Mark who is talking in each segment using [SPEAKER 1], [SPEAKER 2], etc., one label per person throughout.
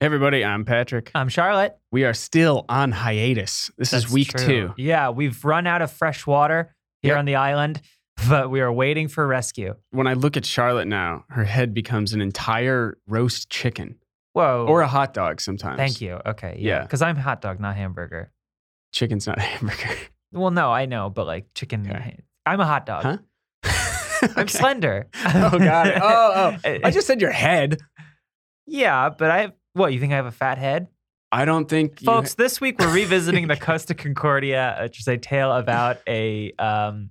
[SPEAKER 1] Hey everybody, I'm Patrick.
[SPEAKER 2] I'm Charlotte.
[SPEAKER 1] We are still on hiatus. This
[SPEAKER 2] That's
[SPEAKER 1] is week
[SPEAKER 2] true.
[SPEAKER 1] two.
[SPEAKER 2] Yeah, we've run out of fresh water here
[SPEAKER 1] Yep.
[SPEAKER 2] on the island, but we are waiting for rescue.
[SPEAKER 1] When I look at Charlotte now, her head becomes an entire roast chicken
[SPEAKER 2] Whoa.
[SPEAKER 1] or a hot dog sometimes.
[SPEAKER 2] Thank you. Okay.
[SPEAKER 1] Yeah.
[SPEAKER 2] Yeah. Because I'm hot dog, not hamburger.
[SPEAKER 1] Chicken's not a hamburger.
[SPEAKER 2] Well, no, I know, but like chicken.
[SPEAKER 1] Okay.
[SPEAKER 2] I'm a hot dog.
[SPEAKER 1] Huh?
[SPEAKER 2] I'm
[SPEAKER 1] Okay.
[SPEAKER 2] slender.
[SPEAKER 1] Oh, got it. Oh,
[SPEAKER 2] oh.
[SPEAKER 1] I just said your head.
[SPEAKER 2] yeah, but I, what, you think I have a fat head?
[SPEAKER 1] I don't think you-
[SPEAKER 2] Folks, this week we're revisiting the Costa Concordia, which is a tale about a um,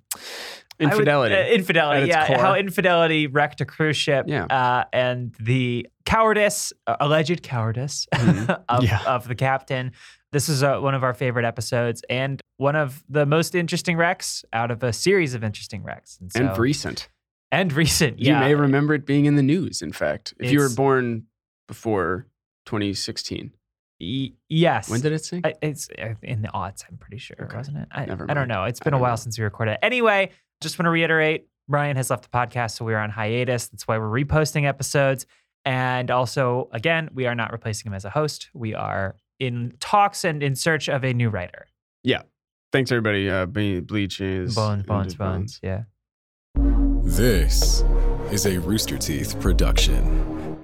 [SPEAKER 2] I would-
[SPEAKER 1] infidelity.
[SPEAKER 2] uh,
[SPEAKER 1] At
[SPEAKER 2] infidelity,
[SPEAKER 1] its
[SPEAKER 2] yeah.
[SPEAKER 1] core.
[SPEAKER 2] How infidelity wrecked a cruise ship.
[SPEAKER 1] Yeah.
[SPEAKER 2] Uh, and the cowardice, uh, alleged cowardice
[SPEAKER 1] Mhm.
[SPEAKER 2] of,
[SPEAKER 1] Yeah.
[SPEAKER 2] of the captain. This is uh, one of our favorite episodes and one of the most interesting wrecks out of a series of interesting wrecks. And, so,
[SPEAKER 1] and recent.
[SPEAKER 2] and recent.
[SPEAKER 1] You
[SPEAKER 2] Yeah.
[SPEAKER 1] may remember it being in the news, in fact, if you were
[SPEAKER 2] It's-
[SPEAKER 1] born before 2016.
[SPEAKER 2] Y- yes.
[SPEAKER 1] When did it sing?
[SPEAKER 2] I- it's uh, in the aughts, I'm pretty sure,
[SPEAKER 1] Okay.
[SPEAKER 2] wasn't it? I,
[SPEAKER 1] Never
[SPEAKER 2] I
[SPEAKER 1] mind.
[SPEAKER 2] don't know. It's
[SPEAKER 1] I
[SPEAKER 2] been a
[SPEAKER 1] don't
[SPEAKER 2] while
[SPEAKER 1] know.
[SPEAKER 2] since we recorded. it. Anyway, just want to reiterate Brian has left the podcast, so we are on hiatus. That's why we're reposting episodes. And also, again, we are not replacing him as a host. We are in talks and in search of a new writer.
[SPEAKER 1] Thanks, everybody. Uh, Be- Bleach is.
[SPEAKER 2] Bones,
[SPEAKER 1] and
[SPEAKER 2] bones,
[SPEAKER 1] Bones.
[SPEAKER 2] bones. Yeah.
[SPEAKER 3] This is a Rooster Teeth production.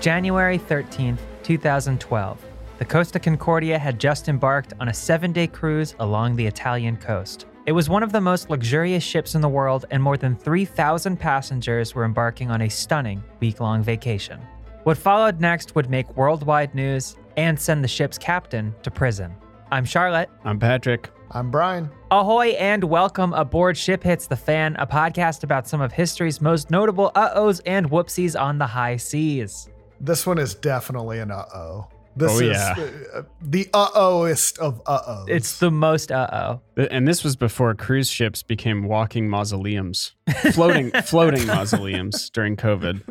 [SPEAKER 2] January 13th, 2012. The Costa Concordia had just embarked on a seven day cruise along the Italian coast. It was one of the most luxurious ships in the world, and more than 3,000 passengers were embarking on a stunning week long vacation. What followed next would make worldwide news and send the ship's captain to prison. I'm Charlotte.
[SPEAKER 1] I'm Patrick.
[SPEAKER 4] I'm Brian.
[SPEAKER 2] Ahoy and welcome aboard Ship Hits the Fan, a podcast about some of history's most notable uh ohs and whoopsies on the high seas.
[SPEAKER 4] This one is definitely an uh oh. This
[SPEAKER 1] Oh,
[SPEAKER 4] is
[SPEAKER 1] yeah.
[SPEAKER 4] uh, the uh ohest of uh ohs.
[SPEAKER 2] It's the most uh oh.
[SPEAKER 1] Th- And this was before cruise ships became walking mausoleums, floating floating mausoleums during COVID.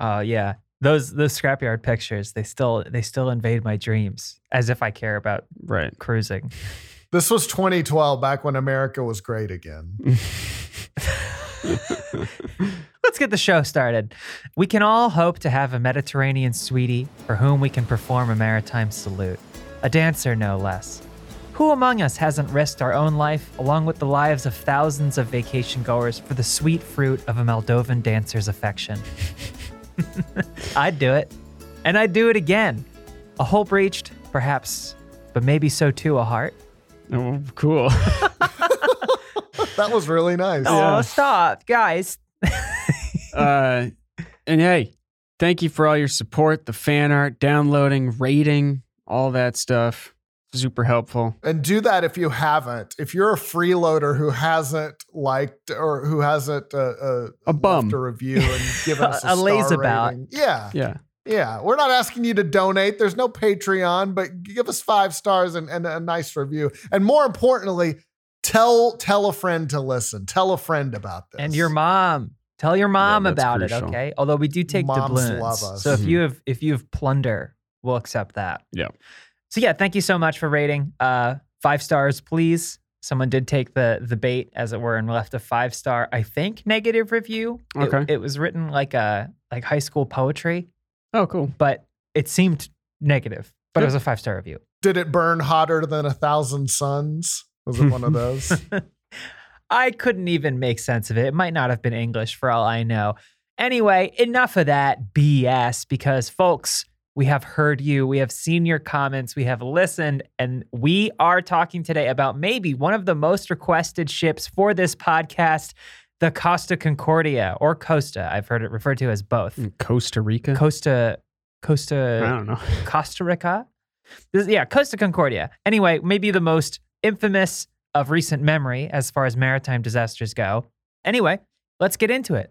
[SPEAKER 2] Oh yeah, those those scrapyard pictures they still they still invade my dreams as if I care about
[SPEAKER 1] Right.
[SPEAKER 2] cruising.
[SPEAKER 4] this was 2012, back when America was great again.
[SPEAKER 2] Let's get the show started. We can all hope to have a Mediterranean sweetie for whom we can perform a maritime salute, a dancer no less. Who among us hasn't risked our own life along with the lives of thousands of vacation goers for the sweet fruit of a Moldovan dancer's affection? I'd do it. And I'd do it again. A hope reached, perhaps, but maybe so too a heart.
[SPEAKER 1] Oh, cool.
[SPEAKER 4] That was really nice.
[SPEAKER 1] Yeah.
[SPEAKER 2] Oh, stop, guys.
[SPEAKER 1] Uh, and hey, thank you for all your support, the fan art, downloading, rating, all that stuff. Super helpful.
[SPEAKER 4] And do that if you haven't. If you're a freeloader who hasn't liked or who hasn't uh, uh,
[SPEAKER 1] A bum.
[SPEAKER 4] left a review and given us a,
[SPEAKER 2] A
[SPEAKER 4] star
[SPEAKER 2] lazabout.
[SPEAKER 4] rating. Yeah,
[SPEAKER 1] Yeah.
[SPEAKER 4] yeah. We're not asking you to donate. There's no Patreon, but give us five stars and, and a nice review. And more importantly, tell tell a friend to listen. Tell a friend about this.
[SPEAKER 2] and your mom. Tell your mom
[SPEAKER 1] that's
[SPEAKER 2] about
[SPEAKER 1] crucial.
[SPEAKER 2] it, okay? Although we do take
[SPEAKER 4] Moms
[SPEAKER 2] doubloons,
[SPEAKER 4] love us.
[SPEAKER 2] so if
[SPEAKER 1] Mhm.
[SPEAKER 2] you have if you have plunder, we'll accept that.
[SPEAKER 1] Yeah.
[SPEAKER 2] So yeah, thank you so much for rating. Uh, five stars, please. Someone did take the the bait, as it were, and left a five star, I think, negative review. It-
[SPEAKER 1] Okay.
[SPEAKER 2] it was written like a like high school poetry,
[SPEAKER 1] Oh, cool.
[SPEAKER 2] but it seemed negative. But
[SPEAKER 1] Good.
[SPEAKER 2] it was a five star review.
[SPEAKER 4] Did it burn hotter than a thousand suns? Was it one of those?
[SPEAKER 2] I couldn't even make sense of it. It might not have been English for all I know. Anyway, enough of that BS because, folks, we have heard you, we have seen your comments, we have listened, and we are talking today about maybe one of the most requested ships for this podcast, the Costa Concordia or Costa. I've heard it referred to as both.
[SPEAKER 1] In Costa Rica.
[SPEAKER 2] Costa,
[SPEAKER 1] I
[SPEAKER 2] Costa,
[SPEAKER 1] don't know.
[SPEAKER 2] Costa Rica. This, yeah, Costa Concordia. Anyway, maybe the most infamous of recent memory as far as maritime disasters go. Anyway, let's get into it.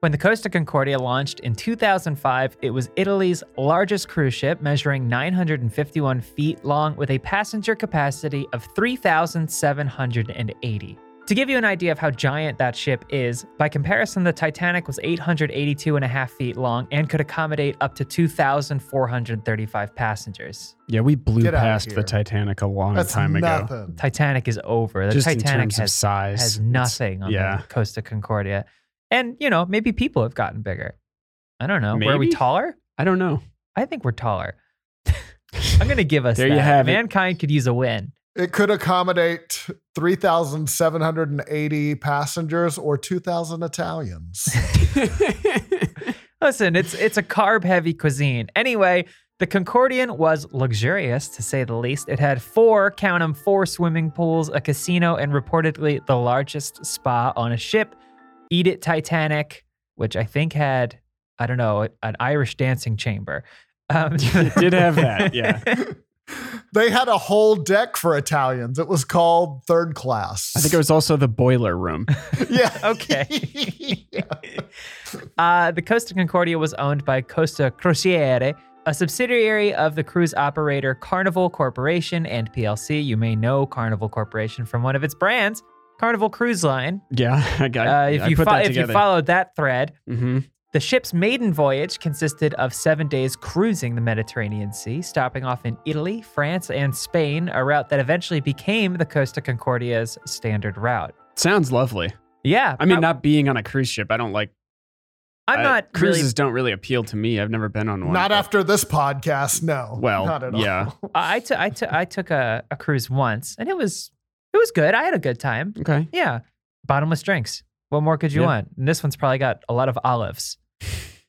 [SPEAKER 2] When the Costa Concordia launched in 2005, it was Italy's largest cruise ship, measuring 951 feet long with a passenger capacity of 3,780. To give you an idea of how giant that ship is, by comparison, the Titanic was 882 and a half feet long and could accommodate up to 2,435 passengers.
[SPEAKER 1] Yeah, we blew
[SPEAKER 4] Get outta
[SPEAKER 1] past the
[SPEAKER 4] here.
[SPEAKER 1] Titanic a long
[SPEAKER 4] That's
[SPEAKER 1] time ago.
[SPEAKER 4] nothing.
[SPEAKER 2] Titanic is over. The
[SPEAKER 1] Just in
[SPEAKER 2] Titanic
[SPEAKER 1] terms of
[SPEAKER 2] has,
[SPEAKER 1] size,
[SPEAKER 2] has
[SPEAKER 1] it's-
[SPEAKER 2] nothing on
[SPEAKER 1] yeah.
[SPEAKER 2] the coast of Concordia. And, you know, maybe people have gotten bigger. I don't know. Were we
[SPEAKER 1] Maybe?
[SPEAKER 2] taller?
[SPEAKER 1] I don't know.
[SPEAKER 2] I think we're taller. I'm going to give us
[SPEAKER 1] There you
[SPEAKER 2] that.
[SPEAKER 1] have it.
[SPEAKER 2] Mankind could use a win.
[SPEAKER 4] It could accommodate 3,780 passengers or 2,000 Italians.
[SPEAKER 2] Listen, it's it's a carb heavy cuisine. Anyway, the Concordian was luxurious to say the least. It had four, count 'em, four swimming pools, a casino, and reportedly the largest spa on a ship. Eat It Titanic, which I think had I don't know an Irish dancing chamber. Um,
[SPEAKER 1] it did have that. Yeah.
[SPEAKER 4] they had a whole deck for Italians. It was called third class.
[SPEAKER 1] I think it was also the boiler room.
[SPEAKER 4] yeah.
[SPEAKER 2] Okay.
[SPEAKER 4] Yeah.
[SPEAKER 2] Uh, the Costa Concordia was owned by Costa Crociere, a subsidiary of the cruise operator Carnival Corporation and PLC. You may know Carnival Corporation from one of its brands, Carnival Cruise Line.
[SPEAKER 1] Yeah, I got.
[SPEAKER 2] Uh, if
[SPEAKER 1] I
[SPEAKER 2] you
[SPEAKER 1] put
[SPEAKER 2] fo- mm-hmm.
[SPEAKER 1] that
[SPEAKER 2] if you
[SPEAKER 1] together.
[SPEAKER 2] followed that thread,
[SPEAKER 1] hmm
[SPEAKER 2] the ship's maiden voyage consisted of seven days cruising the Mediterranean Sea, stopping off in Italy, France, and Spain, a route that eventually became the Costa Concordia's standard route.
[SPEAKER 1] Sounds lovely.
[SPEAKER 2] Yeah,
[SPEAKER 1] I mean,
[SPEAKER 2] prob-
[SPEAKER 1] not being on a cruise ship, I don't like.
[SPEAKER 2] I'm
[SPEAKER 1] I-
[SPEAKER 2] not really
[SPEAKER 1] cruises don't really appeal to me. I've never been on one.
[SPEAKER 4] Not
[SPEAKER 1] but-
[SPEAKER 4] after this podcast, no.
[SPEAKER 1] Well,
[SPEAKER 4] not at
[SPEAKER 1] yeah.
[SPEAKER 4] all.
[SPEAKER 2] I I took- I took- I took a, a cruise once and it was it was good. I had a good time.
[SPEAKER 1] Okay.
[SPEAKER 2] Yeah. Bottomless drinks. What more could you
[SPEAKER 1] Yeah.
[SPEAKER 2] want? And this one's probably got a lot of olives.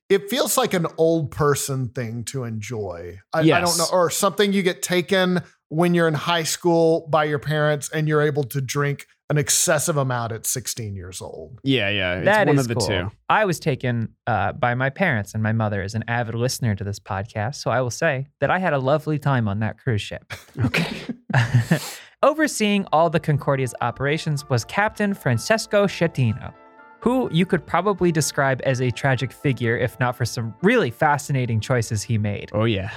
[SPEAKER 4] It feels like an old person thing to enjoy. I, I don't
[SPEAKER 1] Yes.
[SPEAKER 4] know, or something you get taken when you're in high school by your parents and you're able to drink an excessive amount at 16 years old.
[SPEAKER 1] Yeah, yeah. It's
[SPEAKER 2] That is
[SPEAKER 1] one of the
[SPEAKER 2] cool.
[SPEAKER 1] two.
[SPEAKER 2] I was taken uh, by my parents, and my mother is an avid listener to this podcast. So I will say that I had a lovely time on that cruise ship.
[SPEAKER 1] Okay.
[SPEAKER 2] Overseeing all the Concordia's operations was Captain Francesco Schettino, who you could probably describe as a tragic figure if not for some really fascinating choices he made.
[SPEAKER 1] Oh yeah.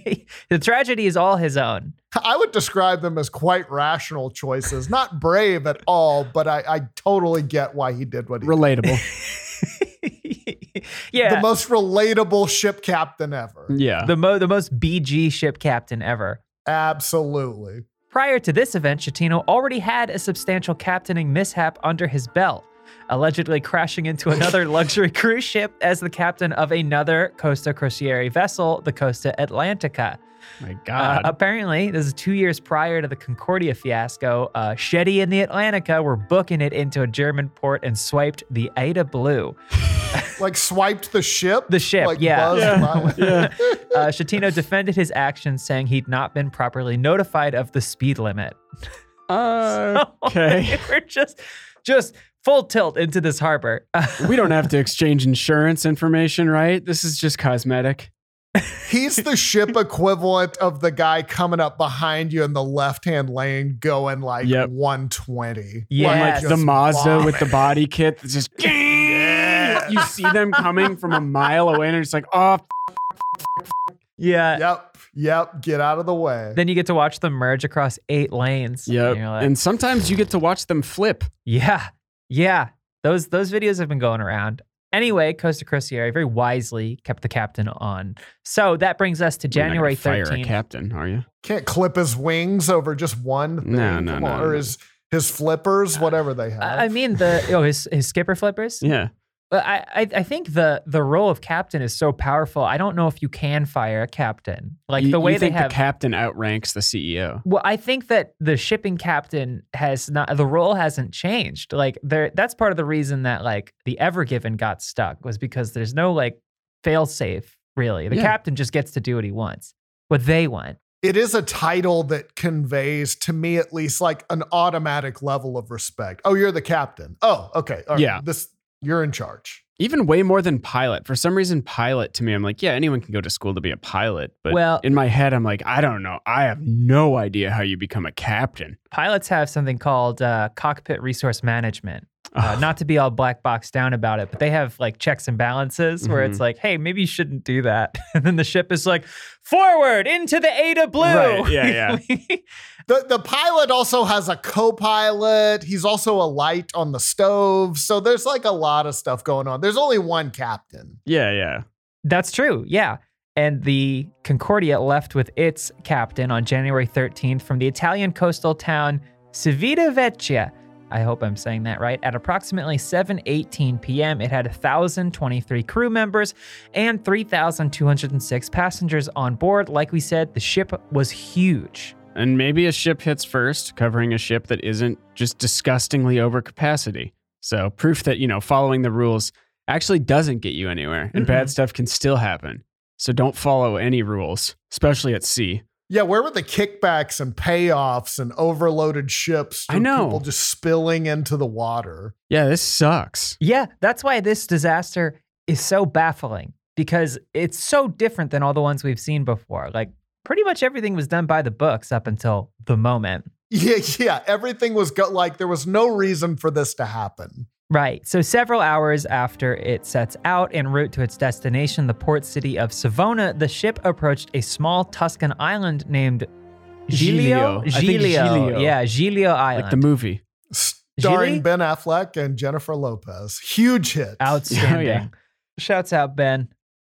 [SPEAKER 2] the tragedy is all his own.
[SPEAKER 4] I would describe them as quite rational choices, not brave at all, but I, I totally get why he did what he did.
[SPEAKER 1] Relatable.
[SPEAKER 2] yeah.
[SPEAKER 4] The most relatable ship captain ever.
[SPEAKER 1] Yeah.
[SPEAKER 2] the, mo- the most BG ship captain ever.
[SPEAKER 4] Absolutely.
[SPEAKER 2] Prior to this event, Chatino already had a substantial captaining mishap under his belt, allegedly crashing into another luxury cruise ship as the captain of another Costa Crociere vessel, the Costa Atlantica.
[SPEAKER 1] My
[SPEAKER 2] Uh,
[SPEAKER 1] God.
[SPEAKER 2] apparently, this is two years prior to the Concordia fiasco. Uh, Shetty and the Atlantica were booking it into a German port and swiped the Ada Blue.
[SPEAKER 4] Like swiped the ship.
[SPEAKER 2] The ship,
[SPEAKER 4] Like
[SPEAKER 2] yeah.
[SPEAKER 4] buzzed by-
[SPEAKER 1] yeah.
[SPEAKER 2] Uh, Chatino defended his action, saying he'd not been properly notified of the speed limit.
[SPEAKER 1] Uh, okay.
[SPEAKER 2] We're just, just full tilt into this harbor.
[SPEAKER 1] we don't have to exchange insurance information, right? This is just cosmetic.
[SPEAKER 4] He's the ship equivalent of the guy coming up behind you in the left hand lane going like
[SPEAKER 1] Yep.
[SPEAKER 4] 120.
[SPEAKER 1] One,
[SPEAKER 2] Yes.
[SPEAKER 1] like the
[SPEAKER 4] Just
[SPEAKER 1] Mazda
[SPEAKER 4] bomb
[SPEAKER 1] with the body kit that's just you see them coming from a mile away and it's like, oh
[SPEAKER 2] yeah.
[SPEAKER 4] Yep. Yep. Get out of the way.
[SPEAKER 2] Then you get to watch them merge across eight lanes.
[SPEAKER 1] Yep.
[SPEAKER 2] And you're like,
[SPEAKER 1] and sometimes you get to watch them flip.
[SPEAKER 2] yeah, yeah. Those those videos have been going around. Anyway, Costa Crociere very wisely kept the captain on. So that brings us to
[SPEAKER 1] You're not gonna
[SPEAKER 2] January
[SPEAKER 1] Fire a
[SPEAKER 2] 13th.
[SPEAKER 1] captain, are you?
[SPEAKER 4] Can't clip his wings over just one thing.
[SPEAKER 1] No, no,
[SPEAKER 4] Come
[SPEAKER 1] no,
[SPEAKER 4] on. Or
[SPEAKER 1] no.
[SPEAKER 4] his his flippers, whatever they have.
[SPEAKER 2] Uh, I I mean the oh his his skipper flippers.
[SPEAKER 1] Yeah.
[SPEAKER 2] But I, I I think the the role of captain is so powerful. I don't know if you can fire a captain. Like
[SPEAKER 1] You-
[SPEAKER 2] the way
[SPEAKER 1] you
[SPEAKER 2] they
[SPEAKER 1] think
[SPEAKER 2] have
[SPEAKER 1] the captain outranks the E CEO.
[SPEAKER 2] Well, I think that the shipping captain has not the role hasn't changed. Like there that's part of the reason that like the Ever Given got stuck was because there's no like fail safe really. The
[SPEAKER 1] Yeah.
[SPEAKER 2] captain just gets to do what he wants. What they want.
[SPEAKER 4] it is a title that conveys to me at least like an automatic level of respect. Oh, you're the captain. Oh, okay. All right.
[SPEAKER 1] Yeah.
[SPEAKER 4] This you're in charge.
[SPEAKER 1] Even way more than pilot. For some reason, pilot to me, I'm like, yeah, anyone can go to school to be a pilot. But
[SPEAKER 2] Well-
[SPEAKER 1] in my head, I'm like, I don't know. I have no idea how you become a captain.
[SPEAKER 2] Pilots have something called uh, cockpit resource management.
[SPEAKER 1] Ah.
[SPEAKER 2] Uh, not to be all black box down about it, but they have like checks and balances where
[SPEAKER 1] Mm-hmm.
[SPEAKER 2] it's like, hey, maybe you shouldn't do that. And then the ship is like, forward into the Ada Blue.
[SPEAKER 1] Right, yeah,
[SPEAKER 2] yeah.
[SPEAKER 4] The the pilot also has a co-pilot. He's also a light on the stove. So there's like a lot of stuff going on. There's only one captain.
[SPEAKER 1] Yeah, yeah.
[SPEAKER 2] That's true. Yeah. And the Concordia left with its captain on January 13th from the Italian coastal town Civita Vecchia. I hope I'm saying that right. At approximately 7:18 p.m., it had 1023 crew members and 3206 passengers on board. Like we said, the ship was huge.
[SPEAKER 1] And maybe a ship hits first, covering a ship that isn't just disgustingly over capacity. So proof that, you know, following the rules actually doesn't get you anywhere and
[SPEAKER 2] Mm-hmm.
[SPEAKER 1] bad stuff can still happen. So don't follow any rules, especially at sea.
[SPEAKER 4] Yeah, where were the kickbacks and payoffs and overloaded ships?
[SPEAKER 1] I
[SPEAKER 4] to
[SPEAKER 1] know.
[SPEAKER 4] people just spilling into the water.
[SPEAKER 1] Yeah, this sucks.
[SPEAKER 2] Yeah, that's why this disaster is so baffling because it's so different than all the ones we've seen before. Like pretty much everything was done by the books up until the moment.
[SPEAKER 4] Yeah, yeah. Everything was go- like there was no reason for this to happen.
[SPEAKER 2] Right. So several hours after it sets out en route to its destination, the port city of Savona, the ship approached a small Tuscan island named
[SPEAKER 1] Giglio.
[SPEAKER 2] Giglio.
[SPEAKER 1] I think Giglio.
[SPEAKER 2] Yeah, Giglio Island.
[SPEAKER 1] Like the movie.
[SPEAKER 4] Starring
[SPEAKER 2] Really?
[SPEAKER 4] Ben Affleck and Jennifer Lopez. Huge hit.
[SPEAKER 2] Outstanding.
[SPEAKER 1] Yeah.
[SPEAKER 2] Shouts out, Ben.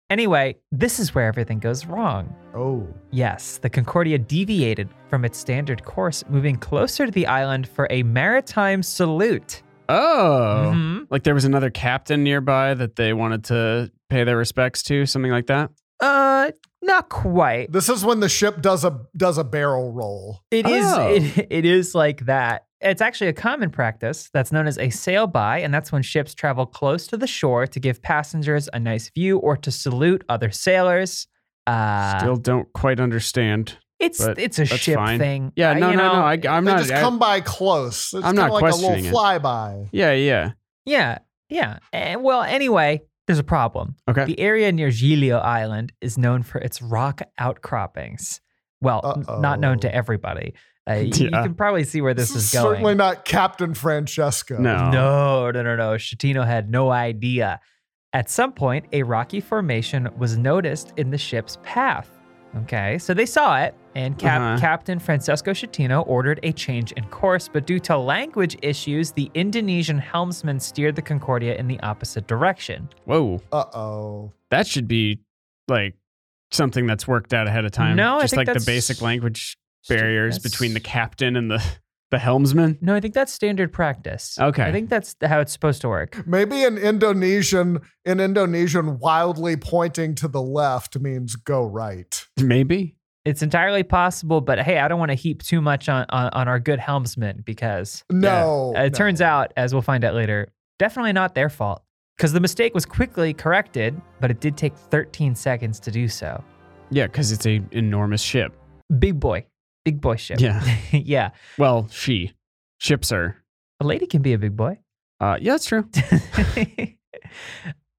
[SPEAKER 2] Anyway, this is where everything goes wrong.
[SPEAKER 4] Oh.
[SPEAKER 2] Yes, the Concordia deviated from its standard course, moving closer to the island for a maritime salute.
[SPEAKER 1] Oh.
[SPEAKER 2] Mhm.
[SPEAKER 1] Like there was another captain nearby that they wanted to pay their respects to, something like that.
[SPEAKER 2] Uh, not quite.
[SPEAKER 4] This is when the ship does a does a barrel roll.
[SPEAKER 2] It is.
[SPEAKER 1] Oh.
[SPEAKER 2] It, it is like that. It's actually a common practice that's known as a sail by, and that's when ships travel close to the shore to give passengers a nice view or to salute other sailors. Uh,
[SPEAKER 1] Still don't quite understand.
[SPEAKER 2] it's
[SPEAKER 1] but
[SPEAKER 2] it's a
[SPEAKER 1] that's
[SPEAKER 2] ship
[SPEAKER 1] fine.
[SPEAKER 2] thing.
[SPEAKER 1] Yeah,
[SPEAKER 2] I-
[SPEAKER 1] no,
[SPEAKER 2] you
[SPEAKER 1] no,
[SPEAKER 2] know,
[SPEAKER 1] no. I, I'm
[SPEAKER 4] they
[SPEAKER 1] not.
[SPEAKER 4] just
[SPEAKER 1] I-
[SPEAKER 4] come by close. It's
[SPEAKER 1] I'm
[SPEAKER 4] kinda
[SPEAKER 1] not
[SPEAKER 4] like a little
[SPEAKER 1] questioning it.
[SPEAKER 4] flyby.
[SPEAKER 1] yeah, yeah.
[SPEAKER 2] yeah, yeah. Eh, well, anyway, there's a problem.
[SPEAKER 1] Okay.
[SPEAKER 2] The area near Giglio Island is known for its rock outcroppings. Well, n- not known
[SPEAKER 4] Uh-oh.
[SPEAKER 2] to everybody. Uh, y- You
[SPEAKER 1] Yeah.
[SPEAKER 2] can probably see where this is going.
[SPEAKER 4] Certainly not Captain Francesco.
[SPEAKER 1] No.
[SPEAKER 2] No, no, no, no. Shatino had no idea. At some point, a rocky formation was noticed in the ship's path. Okay, so they saw it, and Cap-
[SPEAKER 1] Uh-huh.
[SPEAKER 2] Captain Francesco Shatino ordered a change in course, but due to language issues, the Indonesian helmsman steered the Concordia in the opposite direction.
[SPEAKER 1] Whoa.
[SPEAKER 4] Uh oh.
[SPEAKER 1] That should be like something that's worked out ahead of time.
[SPEAKER 2] No, I
[SPEAKER 1] just
[SPEAKER 2] think
[SPEAKER 1] like
[SPEAKER 2] that's-
[SPEAKER 1] the basic language barriers
[SPEAKER 2] That's-
[SPEAKER 1] between the captain and the the helmsman.
[SPEAKER 2] No, I think that's standard practice.
[SPEAKER 1] Okay.
[SPEAKER 2] I think that's how it's supposed to work.
[SPEAKER 4] Maybe an Indonesian in Indonesian wildly pointing to the left means go right.
[SPEAKER 1] Maybe.
[SPEAKER 2] It's entirely possible, but hey, I don't want to heap too much on, on, on our good helmsman because
[SPEAKER 4] No.
[SPEAKER 2] Uh, it
[SPEAKER 4] Oh, no.
[SPEAKER 2] turns out, as we'll find out later, definitely not their fault because the mistake was quickly corrected, but it did take 13 seconds to do so.
[SPEAKER 1] Yeah, because it's a enormous ship.
[SPEAKER 2] Big boy, big boy ship.
[SPEAKER 1] Yeah.
[SPEAKER 2] yeah.
[SPEAKER 1] Well, she ships are.
[SPEAKER 2] A lady can be a big boy.
[SPEAKER 1] Uh, yeah, that's true.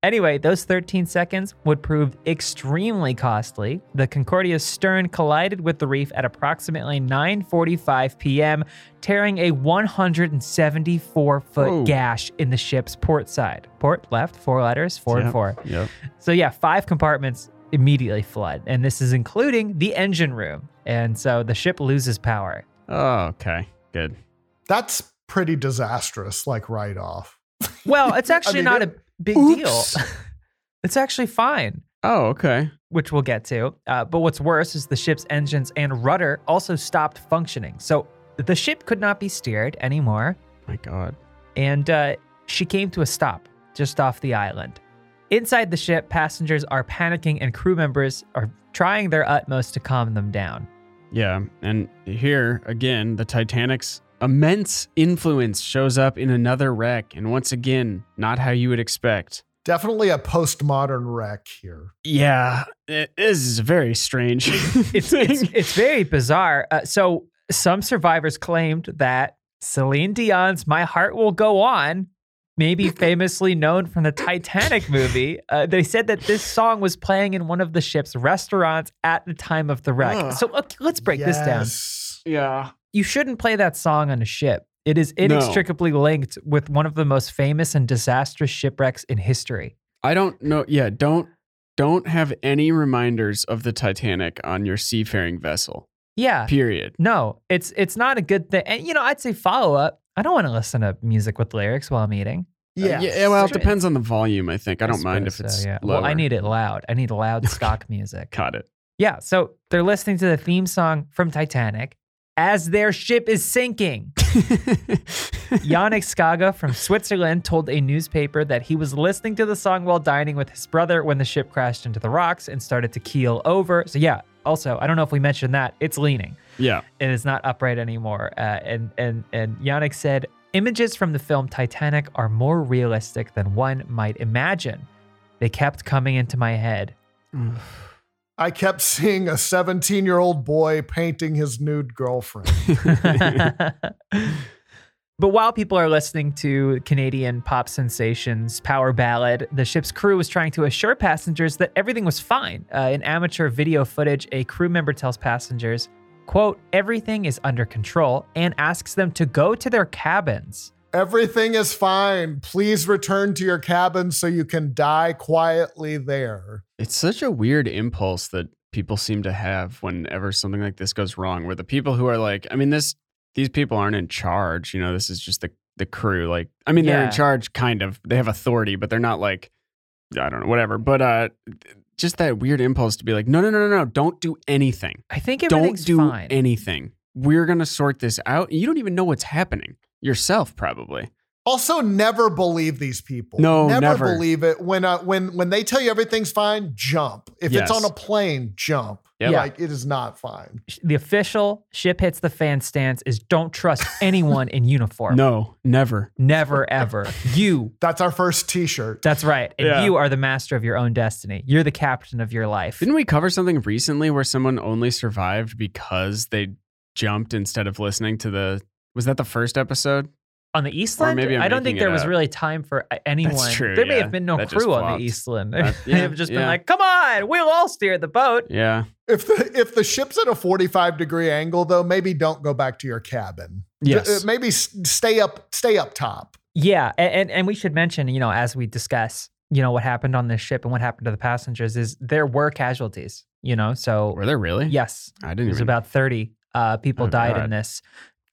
[SPEAKER 2] anyway, those 13 seconds would prove extremely costly. The Concordia's stern collided with the reef at approximately 9:45 p.m., tearing a 174-foot
[SPEAKER 1] Whoa.
[SPEAKER 2] gash in the ship's port side. Port left, four letters, four and
[SPEAKER 1] Yep.
[SPEAKER 2] four.
[SPEAKER 1] Yep.
[SPEAKER 2] So yeah, five compartments immediately flood, and this is including the engine room. And so the ship loses power.
[SPEAKER 1] Oh, okay. Good.
[SPEAKER 4] That's pretty disastrous, like right off.
[SPEAKER 2] Well, it's actually
[SPEAKER 4] mean,
[SPEAKER 2] not
[SPEAKER 4] it-
[SPEAKER 2] a big
[SPEAKER 4] Oops.
[SPEAKER 2] deal. it's actually fine,
[SPEAKER 1] Oh, okay.
[SPEAKER 2] which we'll get to. Uh, but what's worse is the ship's engines and rudder also stopped functioning. So the ship could not be steered anymore,
[SPEAKER 1] My God.
[SPEAKER 2] and uh, she came to a stop just off the island. Inside the ship, passengers are panicking, and crew members are trying their utmost to calm them down.
[SPEAKER 1] Yeah, and here again, the Titanic's immense influence shows up in another wreck, and once again, not how you would expect.
[SPEAKER 4] Definitely a postmodern wreck here.
[SPEAKER 1] Yeah, it, this is very strange.
[SPEAKER 2] it's,
[SPEAKER 1] thing.
[SPEAKER 2] it's, it's very bizarre. Uh, so some survivors claimed that Celine Dion's "My Heart Will Go On," maybe famously known from the Titanic movie, uh, they said that this song was playing in one of the ship's restaurants at the time of the wreck.
[SPEAKER 1] Ugh.
[SPEAKER 2] So okay, let's break this down.
[SPEAKER 4] Yes.
[SPEAKER 1] yeah.
[SPEAKER 2] You shouldn't play that song on a ship. It is
[SPEAKER 1] No.
[SPEAKER 2] inextricably linked with one of the most famous and disastrous shipwrecks in history.
[SPEAKER 1] I don't know. Yeah, don't don't have any reminders of the Titanic on your seafaring vessel.
[SPEAKER 2] Yeah.
[SPEAKER 1] Period. Uh,
[SPEAKER 2] No, it's it's not a good thing. And you know, I'd say follow up. I don't want to listen to music with lyrics while I'm eating.
[SPEAKER 4] Yeah.
[SPEAKER 1] yeah. Well, it
[SPEAKER 2] Sure.
[SPEAKER 1] depends on the volume. I think I don't mind if
[SPEAKER 2] suppose
[SPEAKER 1] it's
[SPEAKER 2] so, yeah.
[SPEAKER 1] lower.
[SPEAKER 2] Well, I need it loud. I need loud stock music.
[SPEAKER 1] Caught it.
[SPEAKER 2] Yeah, so they're listening to the theme song from Titanic as their ship is sinking. Yannick Skaga from Switzerland told a newspaper that he was listening to the song while dining with his brother when the ship crashed into the rocks and started to keel over. So yeah, also, I don't know if we mentioned that, it's leaning
[SPEAKER 1] yeah.
[SPEAKER 2] it is not upright anymore. Uh, and and and Yannick said, images from the film Titanic are more realistic than one might imagine. They kept coming into my head.
[SPEAKER 4] I kept seeing a 17 year old boy painting his nude girlfriend.
[SPEAKER 2] but while people are listening to Canadian pop sensations power ballad, the ship's crew was trying to assure passengers that everything was fine. Uh, in amateur video footage, a crew member tells passengers, "quote Everything is under control," and asks them to go to their cabins.
[SPEAKER 4] Everything is fine. Please return to your cabin so you can die quietly there.
[SPEAKER 1] It's such a weird impulse that people seem to have whenever something like this goes wrong, where the people who are like, I mean, this these people aren't in charge. You know, this is just the the crew. Like, I mean, they're
[SPEAKER 2] Yeah.
[SPEAKER 1] in charge, kind of. They have authority, but they're not like, I don't know, whatever. But uh, just that weird impulse to be like, no, no, no, no, no, don't do anything.
[SPEAKER 2] I think
[SPEAKER 1] Don't
[SPEAKER 2] everything's
[SPEAKER 1] do
[SPEAKER 2] fine.
[SPEAKER 1] anything. We're gonna sort this out. You don't even know what's happening yourself, probably.
[SPEAKER 4] Also, never believe these people.
[SPEAKER 1] No, never.
[SPEAKER 4] believe it. When uh, when when they tell you everything's fine, jump. If
[SPEAKER 1] Yes.
[SPEAKER 4] it's on a plane, jump.
[SPEAKER 1] Yep.
[SPEAKER 2] Yeah.
[SPEAKER 4] Like it is not fine.
[SPEAKER 2] the official ship hits the fan stance is don't trust anyone in uniform.
[SPEAKER 1] No, never.
[SPEAKER 2] Never ever. You.
[SPEAKER 4] That's our first T-shirt.
[SPEAKER 2] That's right. And
[SPEAKER 1] Yeah.
[SPEAKER 2] you are the master of your own destiny. You're the captain of your life.
[SPEAKER 1] Didn't we cover something recently where someone only survived because they jumped instead of listening to the? Was that the first episode?
[SPEAKER 2] on the Eastland,
[SPEAKER 1] maybe I'm
[SPEAKER 2] I don't
[SPEAKER 1] making
[SPEAKER 2] think
[SPEAKER 1] it
[SPEAKER 2] there was
[SPEAKER 1] up.
[SPEAKER 2] really time for a- anyone.
[SPEAKER 1] true,
[SPEAKER 2] there may
[SPEAKER 1] yeah.
[SPEAKER 2] have been no
[SPEAKER 1] That just
[SPEAKER 2] crew on
[SPEAKER 1] flopped.
[SPEAKER 2] the Eastland.
[SPEAKER 1] That-
[SPEAKER 2] they
[SPEAKER 1] yeah,
[SPEAKER 2] have just been
[SPEAKER 1] yeah.
[SPEAKER 2] like, come on, we'll all steer the boat.
[SPEAKER 1] Yeah,
[SPEAKER 4] If the if the ship's at a 45 degree angle, though, maybe don't go back to your cabin. J-
[SPEAKER 1] Yes.
[SPEAKER 4] uh, maybe s- stay up stay up top.
[SPEAKER 2] Yeah, a- and and we should mention, you know, as we discuss, you know, what happened on this ship and what happened to the passengers is there were casualties, you know. So
[SPEAKER 1] were there really?
[SPEAKER 2] yes,
[SPEAKER 1] I didn't.
[SPEAKER 2] There's
[SPEAKER 1] even,
[SPEAKER 2] about 30 uh, people
[SPEAKER 1] Oh,
[SPEAKER 2] died in
[SPEAKER 1] God.
[SPEAKER 2] this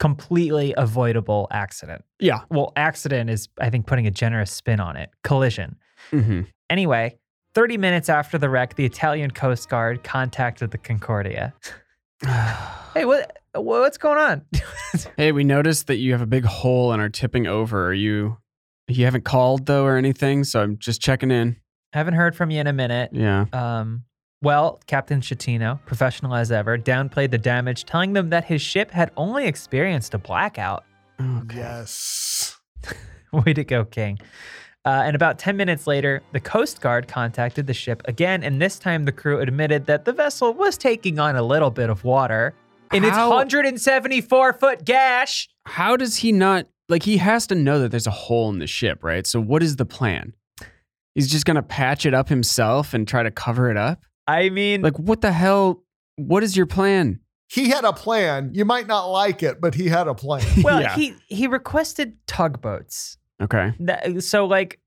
[SPEAKER 2] completely avoidable accident.
[SPEAKER 1] Yeah.
[SPEAKER 2] Well, accident is, I think, putting a generous spin on it. Collision.
[SPEAKER 1] hmm
[SPEAKER 2] Anyway, 30 minutes after the wreck, the Italian Coast Guard contacted the Concordia. hey, what what's going on?
[SPEAKER 1] Mm-hmm. Hey, we noticed that you have a big hole and are tipping over. Are you? You haven't called though or anything, so I'm just checking in.
[SPEAKER 2] Haven't heard from you in a minute.
[SPEAKER 1] Yeah.
[SPEAKER 2] Um, well, Captain Chatino, professional as ever, downplayed the damage, telling them that his ship had only experienced a blackout.
[SPEAKER 1] Okay.
[SPEAKER 4] Yes.
[SPEAKER 2] Way to go, King. Uh, and about 10 minutes later, the Coast Guard contacted the ship again, and this time the crew admitted that the vessel was taking on a little bit of water in its
[SPEAKER 1] How-
[SPEAKER 2] 174 foot gash.
[SPEAKER 1] How does he not? Like he has to know that there's a hole in the ship, right? So what is the plan? He's just gonna patch it up himself and try to cover it up.
[SPEAKER 2] I mean,
[SPEAKER 1] Like what the hell? What is your plan?
[SPEAKER 4] He had a plan. You might not like it, but he had a plan.
[SPEAKER 2] well,
[SPEAKER 1] yeah.
[SPEAKER 2] he, he requested tugboats.
[SPEAKER 1] Okay.
[SPEAKER 2] That- so, like,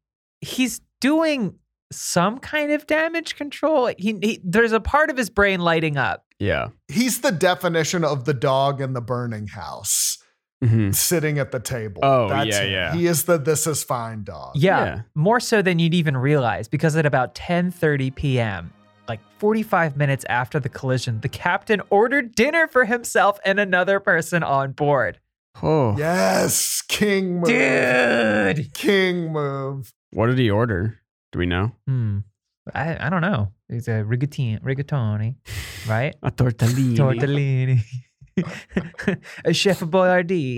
[SPEAKER 2] he's doing some kind of damage control. He, he There's a part of his brain lighting up.
[SPEAKER 1] Yeah.
[SPEAKER 4] He's the definition of the dog in the burning house
[SPEAKER 1] Mm-hmm.
[SPEAKER 4] sitting at the table.
[SPEAKER 1] Oh, yeah,
[SPEAKER 4] him.
[SPEAKER 1] yeah.
[SPEAKER 4] He is the this is fine dog.
[SPEAKER 2] Yeah,
[SPEAKER 1] Yeah.
[SPEAKER 2] more so than you'd even realize because at about 10:30 p.m., like 45 minutes after the collision, the captain ordered dinner for himself and another person on board.
[SPEAKER 1] Oh.
[SPEAKER 4] Yes. King move.
[SPEAKER 2] Dude.
[SPEAKER 4] King move.
[SPEAKER 1] What did he order? Do we know?
[SPEAKER 2] Hmm. I, I don't know. It's a rigatini, rigatoni, right?
[SPEAKER 1] A tortellini.
[SPEAKER 2] Tortellini. a chef boyardee.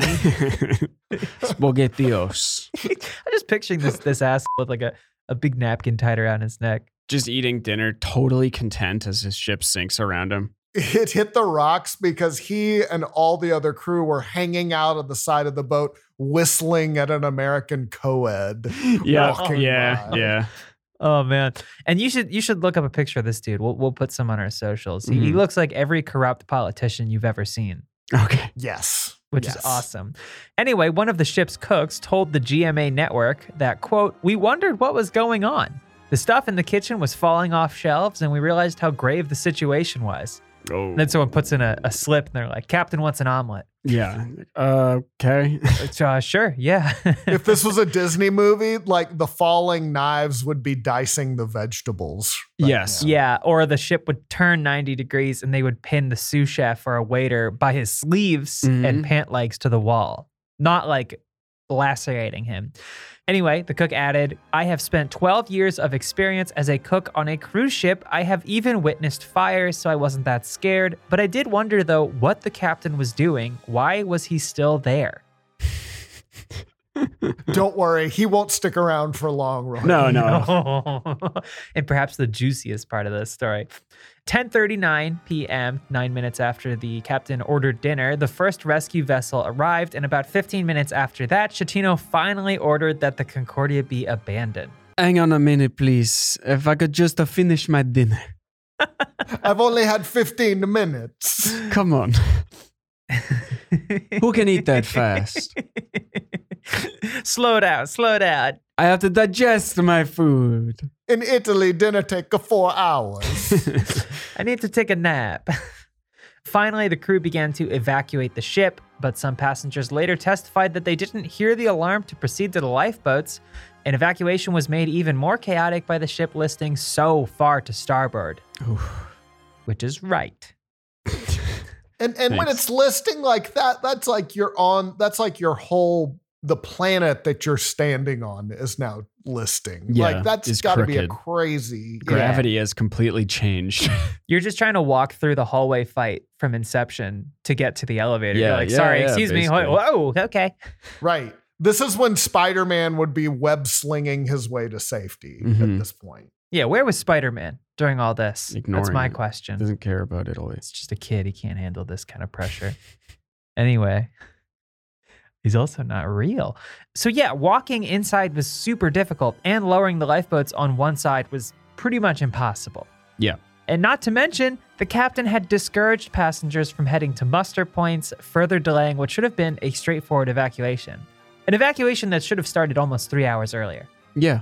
[SPEAKER 1] Spaghettios.
[SPEAKER 2] I'm just picturing this this ass with like a, a big napkin tied around his neck.
[SPEAKER 1] Just eating dinner, totally content as his ship sinks around him.
[SPEAKER 4] It hit the rocks because he and all the other crew were hanging out on the side of the boat whistling at an American co-ed.
[SPEAKER 1] Oh,
[SPEAKER 4] Walking
[SPEAKER 1] yeah,
[SPEAKER 4] by.
[SPEAKER 1] yeah.
[SPEAKER 2] Oh man. And you should you should look up a picture of this dude. We'll we'll put some on our socials. He, he
[SPEAKER 1] Mhm.
[SPEAKER 2] looks like every corrupt politician you've ever seen.
[SPEAKER 1] Okay.
[SPEAKER 4] Yes.
[SPEAKER 2] which is
[SPEAKER 1] Yes.
[SPEAKER 2] awesome. Anyway, one of the ship's cooks told the GMA network that, quote, we wondered what was going on. The stuff in the kitchen was falling off shelves, and we realized how grave the situation was.
[SPEAKER 1] Oh.
[SPEAKER 2] And then someone puts in a, a slip, and they're like, Captain wants an omelet.
[SPEAKER 1] yeah. Uh, okay.
[SPEAKER 2] It's, uh, sure, yeah.
[SPEAKER 4] if this was a Disney movie, like the falling knives would be dicing the vegetables. But,
[SPEAKER 1] Yes.
[SPEAKER 2] yeah, or the ship would turn 90 degrees, and they would pin the sous chef or a waiter by his sleeves
[SPEAKER 1] Mhm.
[SPEAKER 2] and pant legs to the wall, not like lacerating him. Anyway, the cook added, I have spent 12 years of experience as a cook on a cruise ship. I have even witnessed fires, so I wasn't that scared. But I did wonder, though, what the captain was doing. Why was he still there?
[SPEAKER 4] Don't worry, he won't stick around for long. Roy.
[SPEAKER 1] No, no.
[SPEAKER 2] and perhaps the juiciest part of this story. 10:39 p.m., 9 minutes after the captain ordered dinner, the first rescue vessel arrived and about 15 minutes after that, Chatino finally ordered that the Concordia be abandoned.
[SPEAKER 1] Hang on a minute, please. If I could just uh, finish my dinner.
[SPEAKER 4] I've only had 15 minutes.
[SPEAKER 1] Come on. Who can eat that fast?
[SPEAKER 2] slow down, slow down.
[SPEAKER 1] I have to digest my food.
[SPEAKER 4] In Italy, dinner take four hours.
[SPEAKER 2] I need to take a nap. Finally, the crew began to evacuate the ship, but some passengers later testified that they didn't hear the alarm to proceed to the lifeboats. An evacuation was made even more chaotic by the ship listing so far to starboard, which is right.
[SPEAKER 4] And and when
[SPEAKER 1] Thanks.
[SPEAKER 4] it's listing like that, that's like you're on that's like your whole the planet that you're standing on is now listing.
[SPEAKER 1] Yeah,
[SPEAKER 4] like that's
[SPEAKER 1] is
[SPEAKER 4] gotta be a
[SPEAKER 1] crooked.
[SPEAKER 4] crazy
[SPEAKER 1] Gravity has completely changed.
[SPEAKER 2] You're just trying to walk through the hallway fight from inception to get to the elevator. You're
[SPEAKER 1] Yeah,
[SPEAKER 2] like,
[SPEAKER 1] yeah,
[SPEAKER 2] sorry,
[SPEAKER 1] yeah,
[SPEAKER 2] excuse me.
[SPEAKER 1] basically.
[SPEAKER 2] Whoa, okay.
[SPEAKER 4] Right. This is when Spider Man would be web slinging his way to safety at
[SPEAKER 1] Mhm.
[SPEAKER 4] this point.
[SPEAKER 2] Yeah, where was Spider Man during all this? That's
[SPEAKER 1] Ignoring
[SPEAKER 2] my
[SPEAKER 1] it.
[SPEAKER 2] question.
[SPEAKER 1] Doesn't care about Italy.
[SPEAKER 2] It's just a kid. He can't handle this kind of pressure. Anyway, he's also not real. So, yeah, walking inside was super difficult, and lowering the lifeboats on one side was pretty much impossible.
[SPEAKER 1] Yeah.
[SPEAKER 2] And not to mention, the captain had discouraged passengers from heading to muster points, further delaying what should have been a straightforward evacuation. An evacuation that should have started almost three hours earlier.
[SPEAKER 1] Yeah.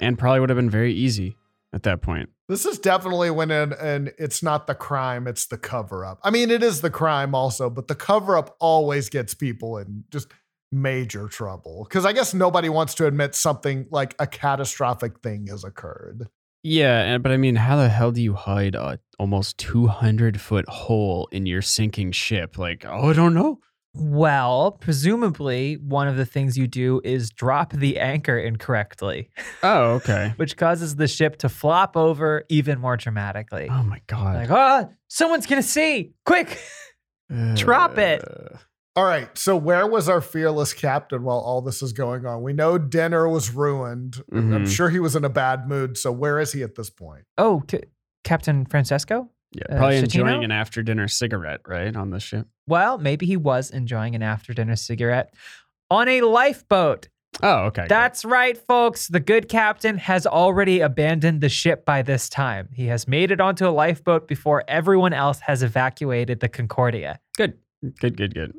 [SPEAKER 1] And probably would have been very easy at that point.
[SPEAKER 4] This is definitely when an, and it's not the crime, it's the cover up. I mean, it is the crime also, but the cover up always gets people in just major trouble. Cause I guess nobody wants to admit something like a catastrophic thing has occurred.
[SPEAKER 1] Yeah, and- but I mean, how the hell do you hide a almost 200 foot hole in your sinking ship? Like, oh, I don't know.
[SPEAKER 2] Well, presumably, one of the things you do is drop the anchor incorrectly.
[SPEAKER 1] Oh, okay.
[SPEAKER 2] which causes the ship to flop over even more dramatically.
[SPEAKER 1] Oh my God.
[SPEAKER 2] Like, oh, someone's gonna see! Quick! drop it.
[SPEAKER 1] Uh,
[SPEAKER 4] All right. So where was our fearless captain while all this is going on? We know dinner was ruined. I'm
[SPEAKER 1] Mhm.
[SPEAKER 4] sure he was in a bad mood. So where is he at this point?
[SPEAKER 2] Oh, C- Captain Francesco?
[SPEAKER 1] Yeah,
[SPEAKER 2] Uh,
[SPEAKER 1] probably
[SPEAKER 2] Chatino?
[SPEAKER 1] enjoying an after dinner cigarette, right? On the ship.
[SPEAKER 2] Well, maybe he was enjoying an after dinner cigarette on a lifeboat.
[SPEAKER 1] Oh, okay.
[SPEAKER 2] That's right, folks. The good captain has already abandoned the ship by this time. He has made it onto a lifeboat before everyone else has evacuated the Concordia.
[SPEAKER 1] good. Good, good, good.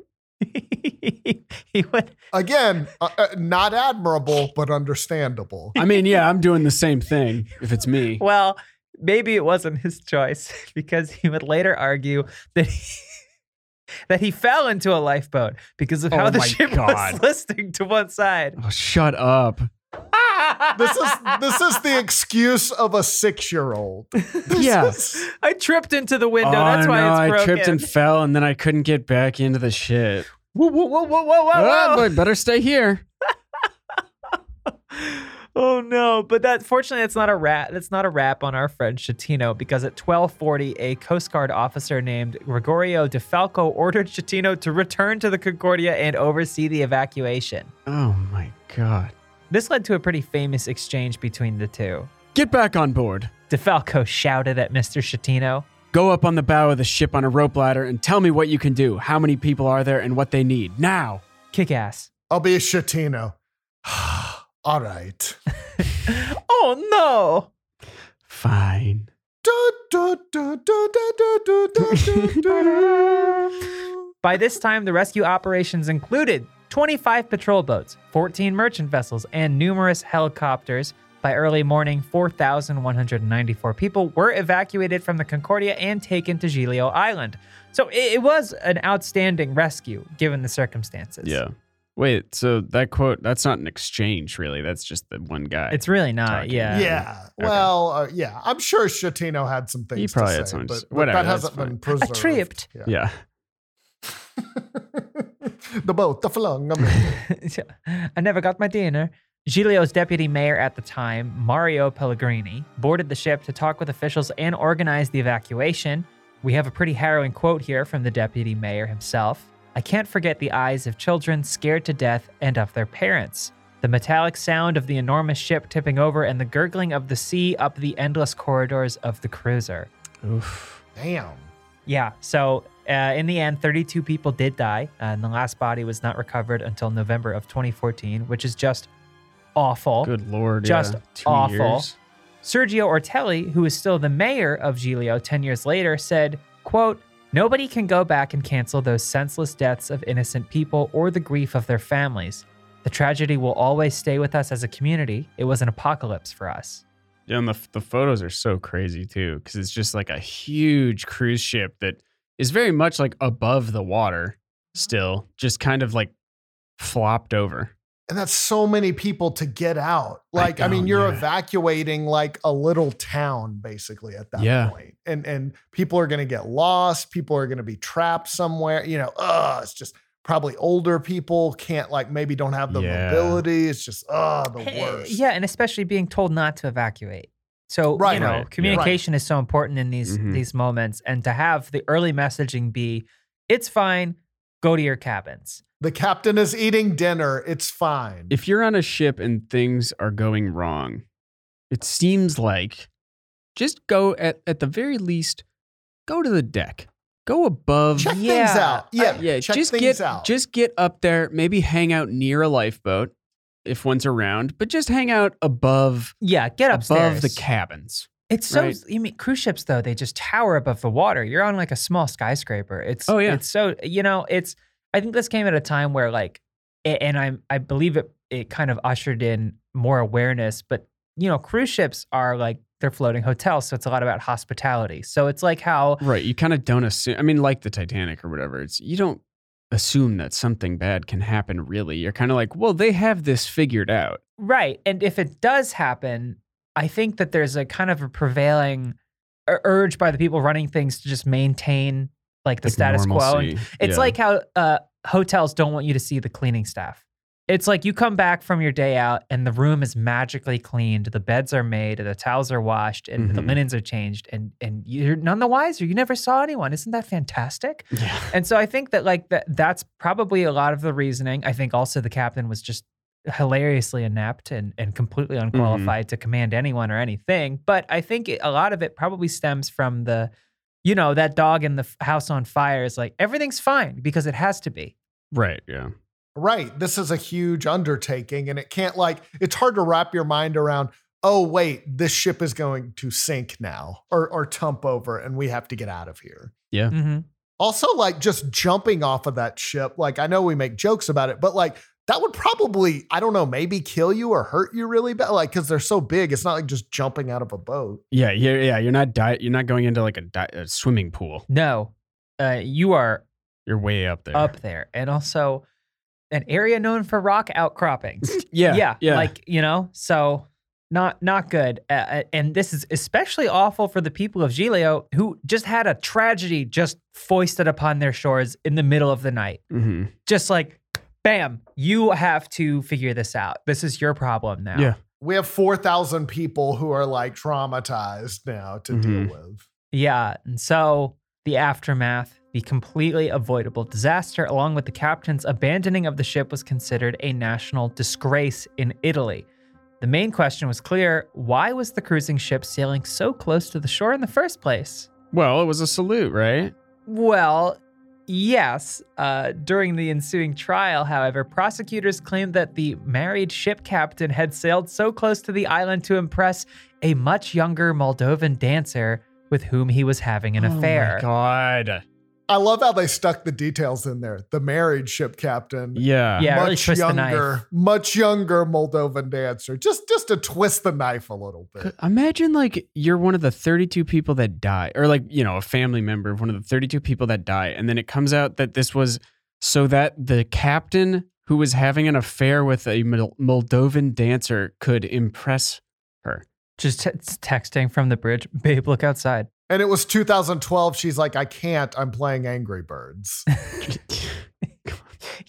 [SPEAKER 2] he went,
[SPEAKER 4] Again, uh, uh, not admirable, but understandable.
[SPEAKER 1] I mean, yeah, I'm doing the same thing if it's me.
[SPEAKER 2] Well, maybe it wasn't his choice because he would later argue that he, that he fell into a lifeboat because of how
[SPEAKER 1] Oh
[SPEAKER 2] the
[SPEAKER 1] my
[SPEAKER 2] ship was
[SPEAKER 1] God.
[SPEAKER 2] listing to one side.
[SPEAKER 1] Oh, shut up.
[SPEAKER 4] This is this is the excuse of a six year old.
[SPEAKER 1] Yeah.
[SPEAKER 2] I tripped into the window.
[SPEAKER 1] oh,
[SPEAKER 2] That's why
[SPEAKER 1] no,
[SPEAKER 2] it's broken.
[SPEAKER 1] I tripped and fell, and then I couldn't get back into the ship.
[SPEAKER 2] whoa, whoa, whoa, whoa, whoa, whoa,
[SPEAKER 1] Oh,
[SPEAKER 2] whoa.
[SPEAKER 1] but better stay here.
[SPEAKER 2] Oh no! But that fortunately, that's not a rat. That's not a wrap on our friend Chatino because at 12:40, a Coast Guard officer named Gregorio DeFalco ordered Chatino to return to the Concordia and oversee the evacuation.
[SPEAKER 1] Oh my god.
[SPEAKER 2] This led to a pretty famous exchange between the two.
[SPEAKER 1] Get back on board.
[SPEAKER 2] DeFalco shouted at Mr. Chatino.
[SPEAKER 1] Go up on the bow of the ship on a rope ladder and tell me what you can do, how many people are there, and what they need now.
[SPEAKER 2] Kick ass.
[SPEAKER 4] I'll be a Shatino. All right.
[SPEAKER 2] Oh no!
[SPEAKER 1] Fine.
[SPEAKER 4] Du- du- du- du- du- du- du- du- du- du.
[SPEAKER 2] By this time, the rescue operations included 25 patrol boats, 14 merchant vessels, and numerous helicopters. By early morning, 4,194 people were evacuated from the Concordia and taken to Giglio Island. So it, it was an outstanding rescue given the circumstances.
[SPEAKER 1] Yeah. Wait, so that quote, that's not an exchange, really. That's just the one guy.
[SPEAKER 2] It's really not.
[SPEAKER 1] Talking.
[SPEAKER 2] Yeah.
[SPEAKER 4] yeah. Well, uh, yeah. I'm sure Shatino had some things.
[SPEAKER 1] probably
[SPEAKER 4] to
[SPEAKER 1] had
[SPEAKER 4] say,
[SPEAKER 1] something to
[SPEAKER 4] but,
[SPEAKER 1] say.
[SPEAKER 4] but
[SPEAKER 1] Whatever,
[SPEAKER 4] that
[SPEAKER 1] that's
[SPEAKER 4] hasn't been
[SPEAKER 2] A
[SPEAKER 4] preserved.
[SPEAKER 2] tripped.
[SPEAKER 4] Yeah.
[SPEAKER 1] yeah.
[SPEAKER 4] the boat, the flung. I mean,
[SPEAKER 2] I never got my dinner. Giglio's deputy mayor at the time, Mario Pellegrini, boarded the ship to talk with officials and organize the evacuation. We have a pretty harrowing quote here from the deputy mayor himself. I can't forget the eyes of children scared to death and of their parents. The metallic sound of the enormous ship tipping over and the gurgling of the sea up the endless corridors of the cruiser.
[SPEAKER 1] Oof.
[SPEAKER 4] damn.
[SPEAKER 2] Yeah. So uh, in the end, 32 people did die, uh, and the last body was not recovered until November of 2014, which is just awful.
[SPEAKER 1] Good lord.
[SPEAKER 2] Just
[SPEAKER 1] yeah. Two
[SPEAKER 2] awful.
[SPEAKER 1] years.
[SPEAKER 2] Sergio Ortelli, who is still the mayor of Giglio 10 years later, said, quote, Nobody can go back and cancel those senseless deaths of innocent people or the grief of their families. The tragedy will always stay with us as a community. It was an apocalypse for us.
[SPEAKER 1] Yeah, and the the photos are so crazy too, because it's just like a huge cruise ship that is very much like above the water, still just kind of like flopped over.
[SPEAKER 4] And that's so many people to get out. Like, I, mean,
[SPEAKER 1] know,
[SPEAKER 4] you're
[SPEAKER 1] yeah.
[SPEAKER 4] evacuating like a little town basically at that
[SPEAKER 1] Yeah.
[SPEAKER 4] point. And and people are gonna get lost, people are gonna be trapped somewhere, you know, uh, it's just probably older people can't like maybe don't have the
[SPEAKER 1] Yeah.
[SPEAKER 4] mobility. It's just uh the
[SPEAKER 2] Eh,
[SPEAKER 4] worst.
[SPEAKER 2] Yeah, and especially being told not to evacuate. So
[SPEAKER 4] Right. Mm-hmm.
[SPEAKER 2] you know,
[SPEAKER 1] Right, yeah.
[SPEAKER 2] communication is so important in these
[SPEAKER 1] Mhm.
[SPEAKER 2] these moments, and to have the early messaging be, "It's fine, go to your cabins."
[SPEAKER 4] The captain is eating dinner, it's fine.
[SPEAKER 1] If you're on a ship and things are going wrong, it seems like just go at at the very least, go to the deck, go above.
[SPEAKER 4] check things
[SPEAKER 2] Yeah.
[SPEAKER 4] out. Yeah,
[SPEAKER 1] yeah,
[SPEAKER 4] check
[SPEAKER 1] just
[SPEAKER 4] things
[SPEAKER 1] get
[SPEAKER 4] out.
[SPEAKER 1] just get up there, maybe hang out near a lifeboat if one's around, but just hang out above
[SPEAKER 2] Yeah, get upstairs.
[SPEAKER 1] above the cabins.
[SPEAKER 2] It's so.
[SPEAKER 1] right?
[SPEAKER 2] You mean cruise ships though? They just tower above the water. You're on like a small skyscraper. It's
[SPEAKER 1] Oh, yeah.
[SPEAKER 2] It's so you know. It's. I think this came at a time where like, a- and I I believe it it kind of ushered in more awareness. But you know, cruise ships are like they're floating hotels, so it's a lot about hospitality. So it's like how
[SPEAKER 1] Right. You kind of don't assume. I mean, like the Titanic or whatever. It's you don't assume that something bad can happen. Really, you're kind of like, well, they have this figured out.
[SPEAKER 2] Right. And if it does happen, I think that there's a kind of a prevailing ur- urge by the people running things to just maintain like the
[SPEAKER 1] Like
[SPEAKER 2] status quo. And
[SPEAKER 1] normalcy.
[SPEAKER 2] it's
[SPEAKER 1] Yeah.
[SPEAKER 2] like how uh, hotels don't want you to see the cleaning staff. It's like you come back from your day out and the room is magically cleaned, the beds are made, the towels are washed, and the
[SPEAKER 1] Mhm.
[SPEAKER 2] linens are changed, and and you're none the wiser. You never saw anyone. Isn't that fantastic?
[SPEAKER 1] Yeah.
[SPEAKER 2] And so I think that like that that's probably a lot of the reasoning. I think also the captain was just hilariously inept and, and completely unqualified to command anyone or anything. But I think it, a lot of it probably stems from the, you know, that dog in the f- house on fire is like everything's fine because it has to be.
[SPEAKER 1] Right. Yeah.
[SPEAKER 4] Right. This is a huge undertaking, and it can't, like, it's hard to wrap your mind around. Oh, wait, this ship is going to sink now or, or tump over, and we have to get out of here.
[SPEAKER 2] Mm-hmm.
[SPEAKER 4] Also, like, just jumping off of that ship, like, I know we make jokes about it, but like, that would probably, I don't know, maybe kill you or hurt you really bad. Like, because they're so big, it's not like just jumping out of a boat.
[SPEAKER 1] Yeah. Yeah. Yeah. You're not di- You're not going into like a, di- a swimming pool.
[SPEAKER 2] No, uh, you are
[SPEAKER 1] You're way up there.
[SPEAKER 2] up there, and also an area known for rock outcroppings.
[SPEAKER 1] Yeah.
[SPEAKER 2] yeah,
[SPEAKER 1] Yeah.
[SPEAKER 2] like you know, so not not good. Uh, Uh, and this is especially awful for the people of Giglio who just had a tragedy just foisted upon their shores in the middle of the night.
[SPEAKER 1] hmm
[SPEAKER 2] Just like, bam, you have to figure this out. This is your problem now.
[SPEAKER 1] Yeah.
[SPEAKER 4] We have 4,000 people who are like traumatized now to
[SPEAKER 1] Mhm.
[SPEAKER 4] deal with.
[SPEAKER 2] Yeah. And so the aftermath, the completely avoidable disaster, along with the captain's abandoning of the ship, was considered a national disgrace in Italy. The main question was clear why was the cruising ship sailing so close to the shore in the first place?
[SPEAKER 1] Well, it was a salute, right?
[SPEAKER 2] Well, yes. Uh, during the ensuing trial, however, prosecutors claimed that the married ship captain had sailed so close to the island to impress a much younger Moldovan dancer with whom he was having an affair.
[SPEAKER 1] God.
[SPEAKER 4] I love how they stuck the details in there. The married ship captain.
[SPEAKER 1] Yeah.
[SPEAKER 2] Yeah, really
[SPEAKER 4] much
[SPEAKER 2] twist the knife.
[SPEAKER 4] younger, much younger Moldovan dancer. Just just to twist the knife a little bit.
[SPEAKER 1] Imagine like you're one of the 32 people that die, or like, you know, a family member of one of the 32 people that die. And then it comes out that this was so that the captain who was having an affair with a Mol- Moldovan dancer could impress her.
[SPEAKER 2] Just t- texting from the bridge. Babe, look outside.
[SPEAKER 4] And it was 2012. She's like, I can't. I'm playing Angry Birds.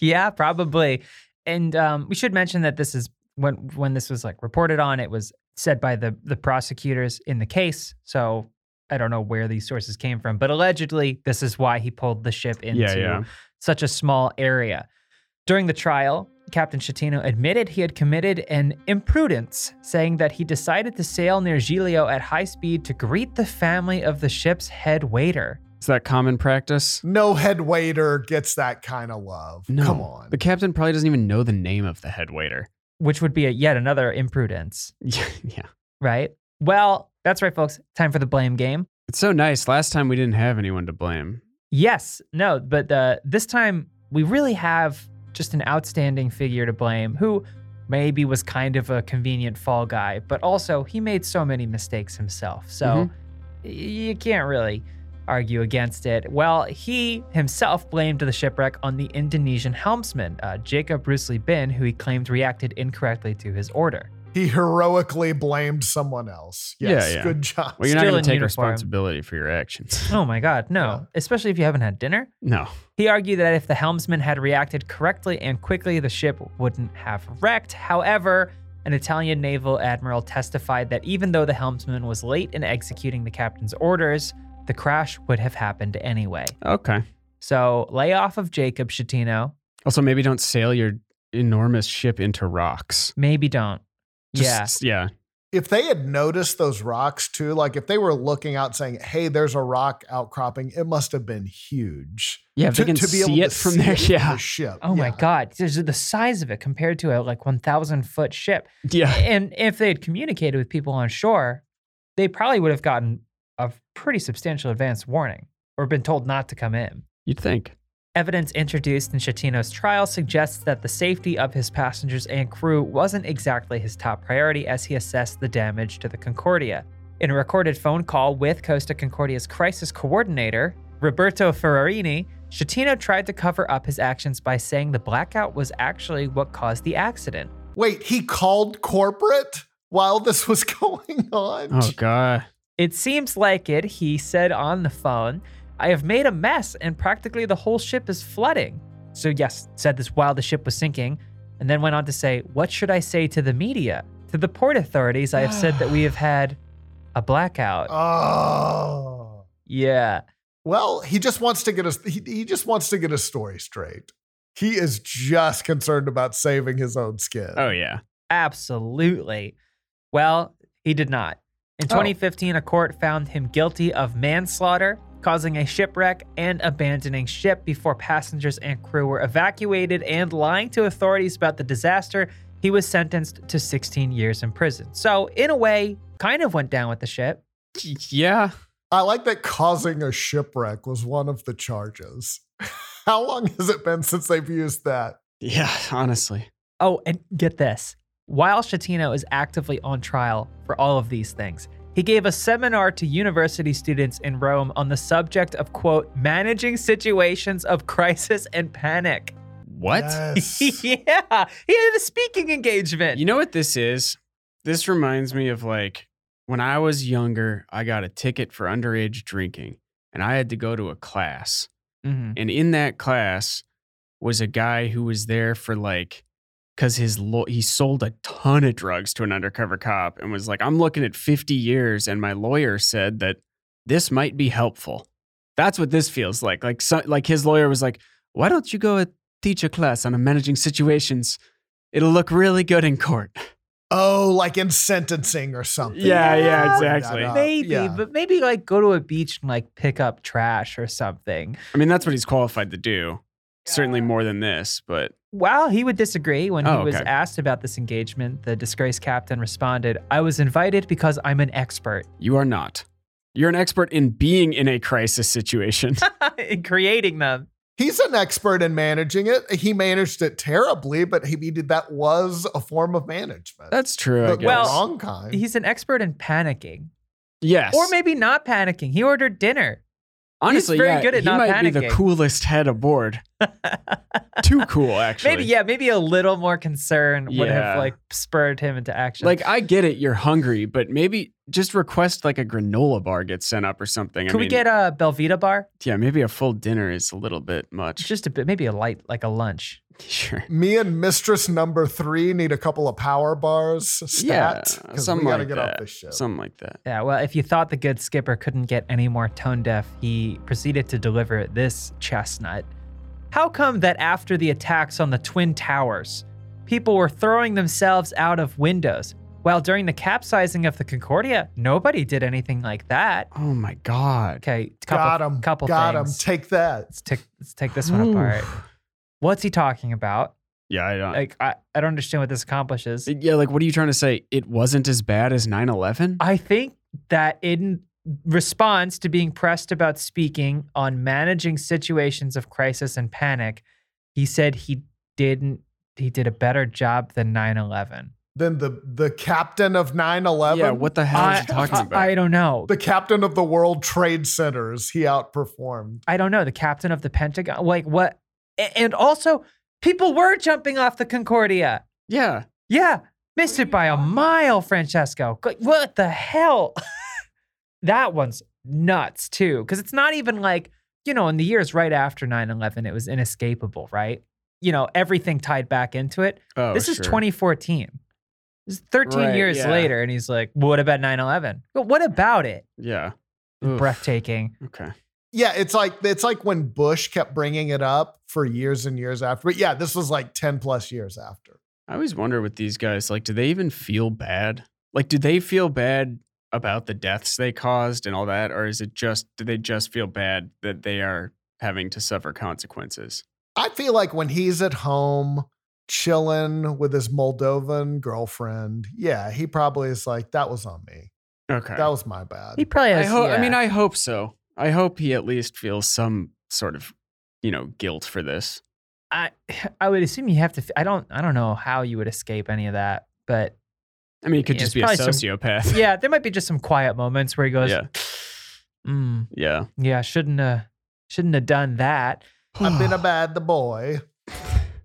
[SPEAKER 2] Yeah, probably. And um, we should mention that this is when when this was like reported on, it was said by the the prosecutors in the case. So I don't know where these sources came from, but allegedly this is why he pulled the ship into
[SPEAKER 1] Yeah, yeah.
[SPEAKER 2] such a small area. During the trial, Captain Chatino admitted he had committed an imprudence, saying that he decided to sail near Giglio at high speed to greet the family of the ship's head waiter.
[SPEAKER 1] Is that common practice?
[SPEAKER 4] no head waiter gets that kind of love.
[SPEAKER 1] No.
[SPEAKER 4] Come on.
[SPEAKER 1] The captain probably doesn't even know the name of the head waiter.
[SPEAKER 2] Which would be a, yet another imprudence.
[SPEAKER 1] Yeah. yeah.
[SPEAKER 2] right? Well, that's right, folks. Time for the blame game.
[SPEAKER 1] It's so nice. Last time we didn't have anyone to blame.
[SPEAKER 2] Yes, no, but uh, this time we really have just an outstanding figure to blame who maybe was kind of a convenient fall guy, but also he made so many mistakes himself. So
[SPEAKER 1] Mhm.
[SPEAKER 2] y- you can't really argue against it. Well, he himself blamed the shipwreck on the Indonesian helmsman, uh, Jacob Brusley Bin, who he claimed reacted incorrectly to his order.
[SPEAKER 4] He heroically blamed someone else.
[SPEAKER 1] Yeah,
[SPEAKER 4] Yes.
[SPEAKER 1] yeah.
[SPEAKER 4] Good job.
[SPEAKER 1] Well, you're not
[SPEAKER 2] Still
[SPEAKER 1] going
[SPEAKER 2] in
[SPEAKER 1] to take
[SPEAKER 2] uniform.
[SPEAKER 1] responsibility for your actions.
[SPEAKER 2] Oh my God, no,
[SPEAKER 4] Yeah.
[SPEAKER 2] especially if you haven't had dinner.
[SPEAKER 1] No.
[SPEAKER 2] He argued that if the helmsman had reacted correctly and quickly, the ship wouldn't have wrecked. However, an Italian naval admiral testified that even though the helmsman was late in executing the captain's orders, the crash would have happened anyway.
[SPEAKER 1] Okay.
[SPEAKER 2] So lay off of Jacob Chatino.
[SPEAKER 1] Also, maybe don't sail your enormous ship into rocks.
[SPEAKER 2] Maybe don't. yeah.
[SPEAKER 1] Just, yeah.
[SPEAKER 4] if they had noticed those rocks too, like if they were looking out saying, hey, there's a rock outcropping, it must have been huge.
[SPEAKER 1] Yeah. If they can see it from there.
[SPEAKER 4] The
[SPEAKER 1] Yeah.
[SPEAKER 4] ship.
[SPEAKER 2] Oh my
[SPEAKER 4] Yeah.
[SPEAKER 2] God. There's the size of it compared to a like 1,000 foot ship.
[SPEAKER 1] Yeah.
[SPEAKER 2] and if they had communicated with people on shore, they probably would have gotten a pretty substantial advance warning or been told not to come in.
[SPEAKER 1] You'd think.
[SPEAKER 2] Evidence introduced in Chatino's trial suggests that the safety of his passengers and crew wasn't exactly his top priority as he assessed the damage to the Concordia. In a recorded phone call with Costa Concordia's crisis coordinator, Roberto Ferrarini, Chatino tried to cover up his actions by saying the blackout was actually what caused the accident.
[SPEAKER 4] Wait, he called corporate while this was going on?
[SPEAKER 1] Oh, God.
[SPEAKER 2] It seems like it, he said on the phone. I have made a mess and practically the whole ship is flooding. So, yes, said this while the ship was sinking, and then went on to say, What should I say to the media? To the port authorities, I have said that we have had a blackout.
[SPEAKER 4] Oh.
[SPEAKER 2] Yeah.
[SPEAKER 4] Well, he just wants to get us. He, he just wants to get his story straight. He is just concerned about saving his own skin.
[SPEAKER 1] Oh, yeah.
[SPEAKER 2] Absolutely. Well, he did not. In
[SPEAKER 1] Oh.
[SPEAKER 2] 2015, a court found him guilty of manslaughter, causing a shipwreck, and abandoning ship before passengers and crew were evacuated, and lying to authorities about the disaster. He was sentenced to 16 years in prison. So, in a way, kind of went down with the ship.
[SPEAKER 1] Yeah.
[SPEAKER 4] I like that causing a shipwreck was one of the charges. How long has it been since they've used that?
[SPEAKER 1] Yeah. Honestly.
[SPEAKER 2] Oh, and get this. While Shatino is actively on trial for all of these things, he gave a seminar to university students in Rome on the subject of, quote, managing situations of crisis and panic.
[SPEAKER 1] What?
[SPEAKER 4] Yes.
[SPEAKER 2] yeah, he had a speaking engagement.
[SPEAKER 1] You know what this is? This reminds me of like when I was younger, I got a ticket for underage drinking and I had to go to a class.
[SPEAKER 2] Mhm.
[SPEAKER 1] And in that class was a guy who was there for like, because his law he sold a ton of drugs to an undercover cop and was like, I'm looking at 50 years, and my lawyer said that this might be helpful. That's what this feels like. Like, so, like his lawyer was like, Why don't you go and teach a class on managing situations? It'll look really good in court.
[SPEAKER 4] Oh, like in sentencing or something.
[SPEAKER 1] Yeah,
[SPEAKER 2] yeah,
[SPEAKER 4] Bring that
[SPEAKER 1] exactly.
[SPEAKER 4] up.
[SPEAKER 2] Maybe,
[SPEAKER 4] Yeah.
[SPEAKER 2] but maybe like go to a beach and like pick up trash or something.
[SPEAKER 1] I mean, that's what he's qualified to do. Certainly more than this, but
[SPEAKER 2] While he would disagree when he
[SPEAKER 1] Oh,
[SPEAKER 2] was
[SPEAKER 1] okay.
[SPEAKER 2] asked about this engagement, the disgraced captain responded, I was invited because I'm an expert.
[SPEAKER 1] you are not. You're an expert in being in a crisis situation.
[SPEAKER 2] in creating them.
[SPEAKER 4] He's an expert in managing it. He managed it terribly, but he, he did- that was a form of management.
[SPEAKER 1] That's true. I
[SPEAKER 4] the,
[SPEAKER 1] guess.
[SPEAKER 4] the
[SPEAKER 2] Well,
[SPEAKER 4] wrong kind.
[SPEAKER 2] He's an expert in panicking,
[SPEAKER 1] yes.
[SPEAKER 2] or maybe not panicking. He ordered dinner.
[SPEAKER 1] honestly,
[SPEAKER 2] very
[SPEAKER 1] yeah,
[SPEAKER 2] good at
[SPEAKER 1] he
[SPEAKER 2] not
[SPEAKER 1] might be the
[SPEAKER 2] panicking.
[SPEAKER 1] coolest head aboard. Too cool, actually.
[SPEAKER 2] Maybe yeah, maybe a little more concern would
[SPEAKER 1] Yeah.
[SPEAKER 2] have like spurred him into action.
[SPEAKER 1] Like I get it, you're hungry, but maybe just request like a granola bar gets sent up or something.
[SPEAKER 2] could we get a Belvita bar?
[SPEAKER 1] Yeah, maybe a full dinner is a little bit much.
[SPEAKER 2] Just a bit, maybe a light, like a lunch.
[SPEAKER 1] Sure.
[SPEAKER 4] Me and Mistress Number Three need a couple of power bars.
[SPEAKER 1] Yeah,
[SPEAKER 4] Stat, 'cause
[SPEAKER 1] something
[SPEAKER 4] we gotta
[SPEAKER 1] like
[SPEAKER 4] get
[SPEAKER 1] that.
[SPEAKER 4] off this shit.
[SPEAKER 1] Something like that.
[SPEAKER 2] Yeah, well, if you thought the good skipper couldn't get any more tone deaf, he proceeded to deliver this chestnut. How come that after the attacks on the Twin Towers, people were throwing themselves out of windows, while during the capsizing of the Concordia, nobody did anything like that?
[SPEAKER 1] Oh my god.
[SPEAKER 2] Okay, couple,
[SPEAKER 4] got him.
[SPEAKER 2] couple
[SPEAKER 4] got him.
[SPEAKER 2] things.
[SPEAKER 4] Take that.
[SPEAKER 2] let's, take, let's take this one
[SPEAKER 1] Oof.
[SPEAKER 2] apart. What's he talking about?
[SPEAKER 1] Yeah, I don't.
[SPEAKER 2] Like, I, I don't understand what this accomplishes.
[SPEAKER 1] yeah, like what are you trying to say? It wasn't as bad as 9/11?
[SPEAKER 2] I think that in response to being pressed about speaking on managing situations of crisis and panic, he said he didn't. He did a better job than 9/11.
[SPEAKER 4] Then the the captain of 9-11.
[SPEAKER 1] yeah, what the hell is he talking
[SPEAKER 2] I,
[SPEAKER 1] about?
[SPEAKER 2] I don't know.
[SPEAKER 4] the captain of the World Trade Centers. He outperformed.
[SPEAKER 2] I don't know. The captain of the Pentagon. Like what? a- And also, people were jumping off the Concordia.
[SPEAKER 1] yeah.
[SPEAKER 2] Yeah, missed it by a mile, Francesco. Like, What the hell? that one's nuts, too, because it's not even like, you know, in the years right after 9 11, it was inescapable, right? You know, everything tied back into it.
[SPEAKER 1] Oh,
[SPEAKER 2] this is
[SPEAKER 1] sure.
[SPEAKER 2] 2014. This is 13
[SPEAKER 1] Right,
[SPEAKER 2] years
[SPEAKER 1] yeah.
[SPEAKER 2] later, and he's like, what about 9 11? But what about it?
[SPEAKER 1] Yeah. Oof.
[SPEAKER 2] Breathtaking.
[SPEAKER 1] Okay.
[SPEAKER 4] Yeah, it's like it's like when Bush kept bringing it up for years and years after. But yeah, this was like 10 plus years after.
[SPEAKER 1] I always wonder with these guys, like, do they even feel bad? Like, do they feel bad about the deaths they caused and all that, or is it just do they just feel bad that they are having to suffer consequences?
[SPEAKER 4] I feel like when he's at home chilling with his Moldovan girlfriend, yeah, he probably is like, that was on me.
[SPEAKER 1] Okay.
[SPEAKER 4] That was my bad.
[SPEAKER 2] He probably
[SPEAKER 1] I
[SPEAKER 2] has.
[SPEAKER 1] hope. I
[SPEAKER 2] yeah.
[SPEAKER 1] mean, I hope so. I hope he at least feels some sort of, you know, guilt for this.
[SPEAKER 2] I, I would assume you have to. f- I don't. I don't know how you would escape any of that, but
[SPEAKER 1] I mean, it could
[SPEAKER 2] Yeah,
[SPEAKER 1] just
[SPEAKER 2] it's
[SPEAKER 1] be a
[SPEAKER 2] probably some-
[SPEAKER 1] sociopath.
[SPEAKER 2] yeah, there might be just some quiet moments where he goes,
[SPEAKER 1] Yeah.
[SPEAKER 2] "Mm,
[SPEAKER 1] yeah.
[SPEAKER 2] yeah, shouldn't have, shouldn't have done that."
[SPEAKER 4] I've been a bad the boy.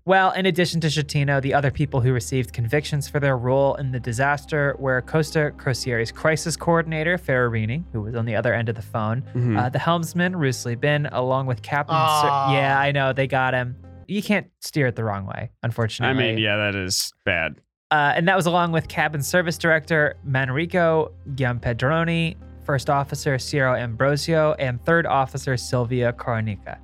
[SPEAKER 2] Well, in addition to Shatino, the other people who received convictions for their role in the disaster were Costa Crocieri's crisis coordinator, Ferrarini, who was on the other end of the phone,
[SPEAKER 1] Mhm.
[SPEAKER 2] uh, the helmsman, Rusli Bin, along with Captain.
[SPEAKER 4] Ah.
[SPEAKER 2] Sir- yeah, I know they got him. You can't steer it the wrong way, unfortunately.
[SPEAKER 1] I mean, yeah, that is bad.
[SPEAKER 2] Uh, and that was along with cabin service director Manrico Giampedroni, first officer Ciro Ambrosio, and third officer Silvia Coronica.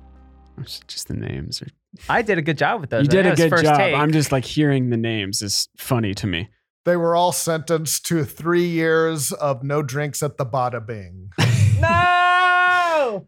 [SPEAKER 1] Just just the names. Are,
[SPEAKER 2] I did a good job with those.
[SPEAKER 1] you
[SPEAKER 2] I
[SPEAKER 1] did
[SPEAKER 2] know
[SPEAKER 1] a
[SPEAKER 2] it's
[SPEAKER 1] good
[SPEAKER 2] first
[SPEAKER 1] job.
[SPEAKER 2] take.
[SPEAKER 1] I'm just like hearing the names is funny to me.
[SPEAKER 4] They were all sentenced to three years of no drinks at the Bada Bing.
[SPEAKER 2] no.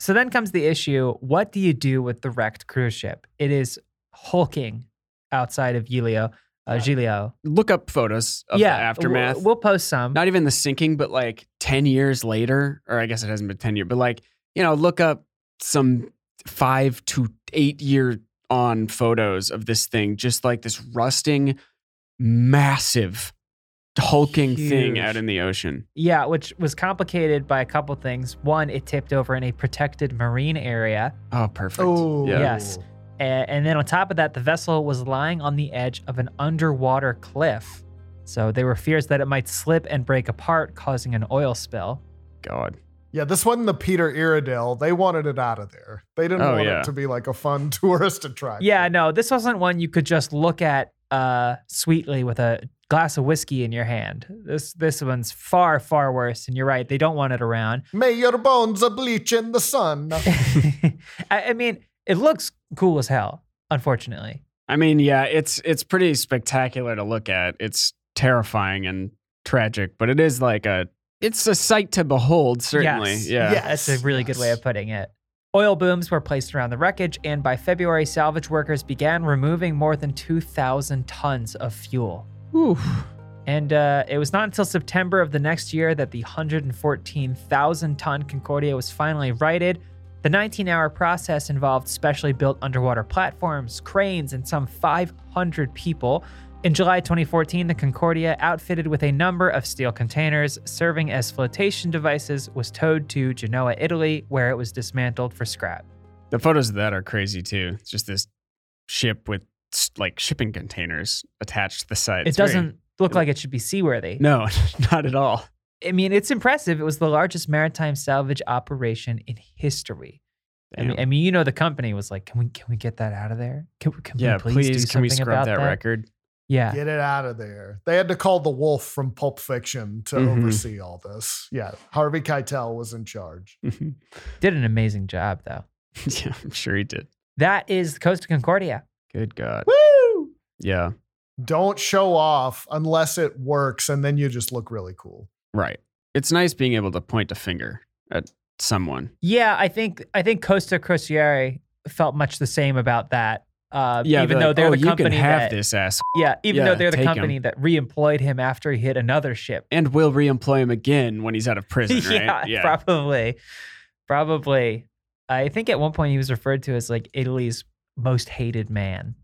[SPEAKER 2] So then comes the issue: What do you do with the wrecked cruise ship? It is hulking outside of Giglio. Uh, Giglio.
[SPEAKER 1] Look up photos of the aftermath.
[SPEAKER 2] We'll, we'll post some.
[SPEAKER 1] Not even the sinking, but like 10 years later, or I guess it hasn't been 10 years, but like, you know, look up some five to eight year on photos of this thing, just like this rusting, massive, hulking thing
[SPEAKER 2] Huge.
[SPEAKER 1] out in the ocean.
[SPEAKER 2] Yeah, which was complicated by a couple things. One, it tipped over in a protected marine area.
[SPEAKER 1] Oh, perfect.
[SPEAKER 4] Oh,
[SPEAKER 1] yeah.
[SPEAKER 2] Yes. A- And then on top of that, the vessel was lying on the edge of an underwater cliff. So there were fears that it might slip and break apart, causing an oil spill.
[SPEAKER 1] God.
[SPEAKER 4] Yeah, this wasn't the Peter Iredale. They wanted it out of there. They didn't
[SPEAKER 1] Oh,
[SPEAKER 4] want
[SPEAKER 1] yeah.
[SPEAKER 4] it to be like a fun tourist attraction.
[SPEAKER 2] Yeah, no, this wasn't one you could just look at uh, sweetly with a glass of whiskey in your hand. This this one's far far worse. And you're right, they don't want it around.
[SPEAKER 4] May your bones a bleach in the sun.
[SPEAKER 2] I, I mean, it looks cool as hell. Unfortunately,
[SPEAKER 1] I mean, yeah, it's it's pretty spectacular to look at. It's terrifying and tragic, but it is like a it's a sight to behold, certainly.
[SPEAKER 2] Yes.
[SPEAKER 1] Yeah.
[SPEAKER 4] Yeah.
[SPEAKER 2] That's a really good way of putting it. Oil booms were placed around the wreckage, and by February, salvage workers began removing more than 2,000 tons of fuel.
[SPEAKER 1] Oof.
[SPEAKER 2] And uh, it was not until September of the next year that the 114,000 ton Concordia was finally righted. The 19 hour process involved specially built underwater platforms, cranes, and some 500 people. In July 2014, the Concordia, outfitted with a number of steel containers serving as flotation devices, was towed to Genoa, Italy, where it was dismantled for scrap.
[SPEAKER 1] The photos of that are crazy too. It's just this ship with s- like shipping containers attached to the side.
[SPEAKER 2] It
[SPEAKER 1] It's very-
[SPEAKER 2] doesn't look like it should be seaworthy.
[SPEAKER 1] no, not at all.
[SPEAKER 2] I mean, it's impressive. It was the largest maritime salvage operation in history. I mean,
[SPEAKER 1] Damn.
[SPEAKER 2] I mean, you know, the company was like, "Can we can we get that out of there? Can, we- can
[SPEAKER 1] yeah,
[SPEAKER 2] we please,
[SPEAKER 1] please,
[SPEAKER 2] do
[SPEAKER 1] can we
[SPEAKER 2] something
[SPEAKER 1] scrub
[SPEAKER 2] about
[SPEAKER 1] that, record?
[SPEAKER 2] Yeah,
[SPEAKER 4] Get it out of there. They had to call the wolf from Pulp Fiction to
[SPEAKER 1] Mhm.
[SPEAKER 4] oversee all this. Yeah. Harvey Keitel was in charge.
[SPEAKER 2] did an amazing job though.
[SPEAKER 1] yeah, I'm sure he did.
[SPEAKER 2] That is the Costa Concordia.
[SPEAKER 1] Good God.
[SPEAKER 4] Woo!
[SPEAKER 1] Yeah,
[SPEAKER 4] Don't show off unless it works, and then you just look really cool.
[SPEAKER 1] right. It's nice being able to point a finger at someone.
[SPEAKER 2] Yeah, I think I think Costa Crociere felt much the same about that. Uh,
[SPEAKER 1] Yeah,
[SPEAKER 2] even though they're
[SPEAKER 1] oh,
[SPEAKER 2] the
[SPEAKER 1] you
[SPEAKER 2] company
[SPEAKER 1] can have
[SPEAKER 2] that,
[SPEAKER 1] this ass
[SPEAKER 2] yeah, even
[SPEAKER 1] Yeah,
[SPEAKER 2] though they're the
[SPEAKER 1] take him.
[SPEAKER 2] company that re-employed him after he hit another ship.
[SPEAKER 1] and we'll reemploy him again when he's out of prison,
[SPEAKER 2] yeah,
[SPEAKER 1] right?
[SPEAKER 2] probably. Probably. I think at one point he was referred to as like Italy's most hated man,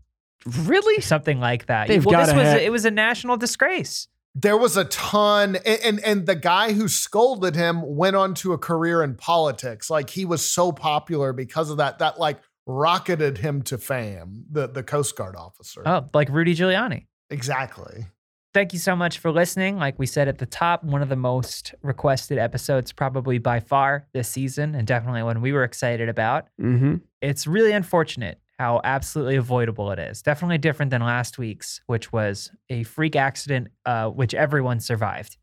[SPEAKER 1] really?
[SPEAKER 2] something like that.
[SPEAKER 1] They've
[SPEAKER 2] well, this
[SPEAKER 1] gotta
[SPEAKER 2] was
[SPEAKER 1] have-
[SPEAKER 2] it was a national disgrace.
[SPEAKER 4] There was a ton, and, and and the guy who scolded him went on to a career in politics. Like he was so popular because of that. That like rocketed him to fame. The the Coast Guard officer.
[SPEAKER 2] Oh, like Rudy Giuliani.
[SPEAKER 4] Exactly.
[SPEAKER 2] Thank you so much for listening. Like we said at the top, one of the most requested episodes probably by far this season, and definitely one we were excited about.
[SPEAKER 1] Mm-hmm.
[SPEAKER 2] It's really unfortunate how absolutely avoidable it is. Definitely different than last week's, which was a freak accident, uh, which everyone survived.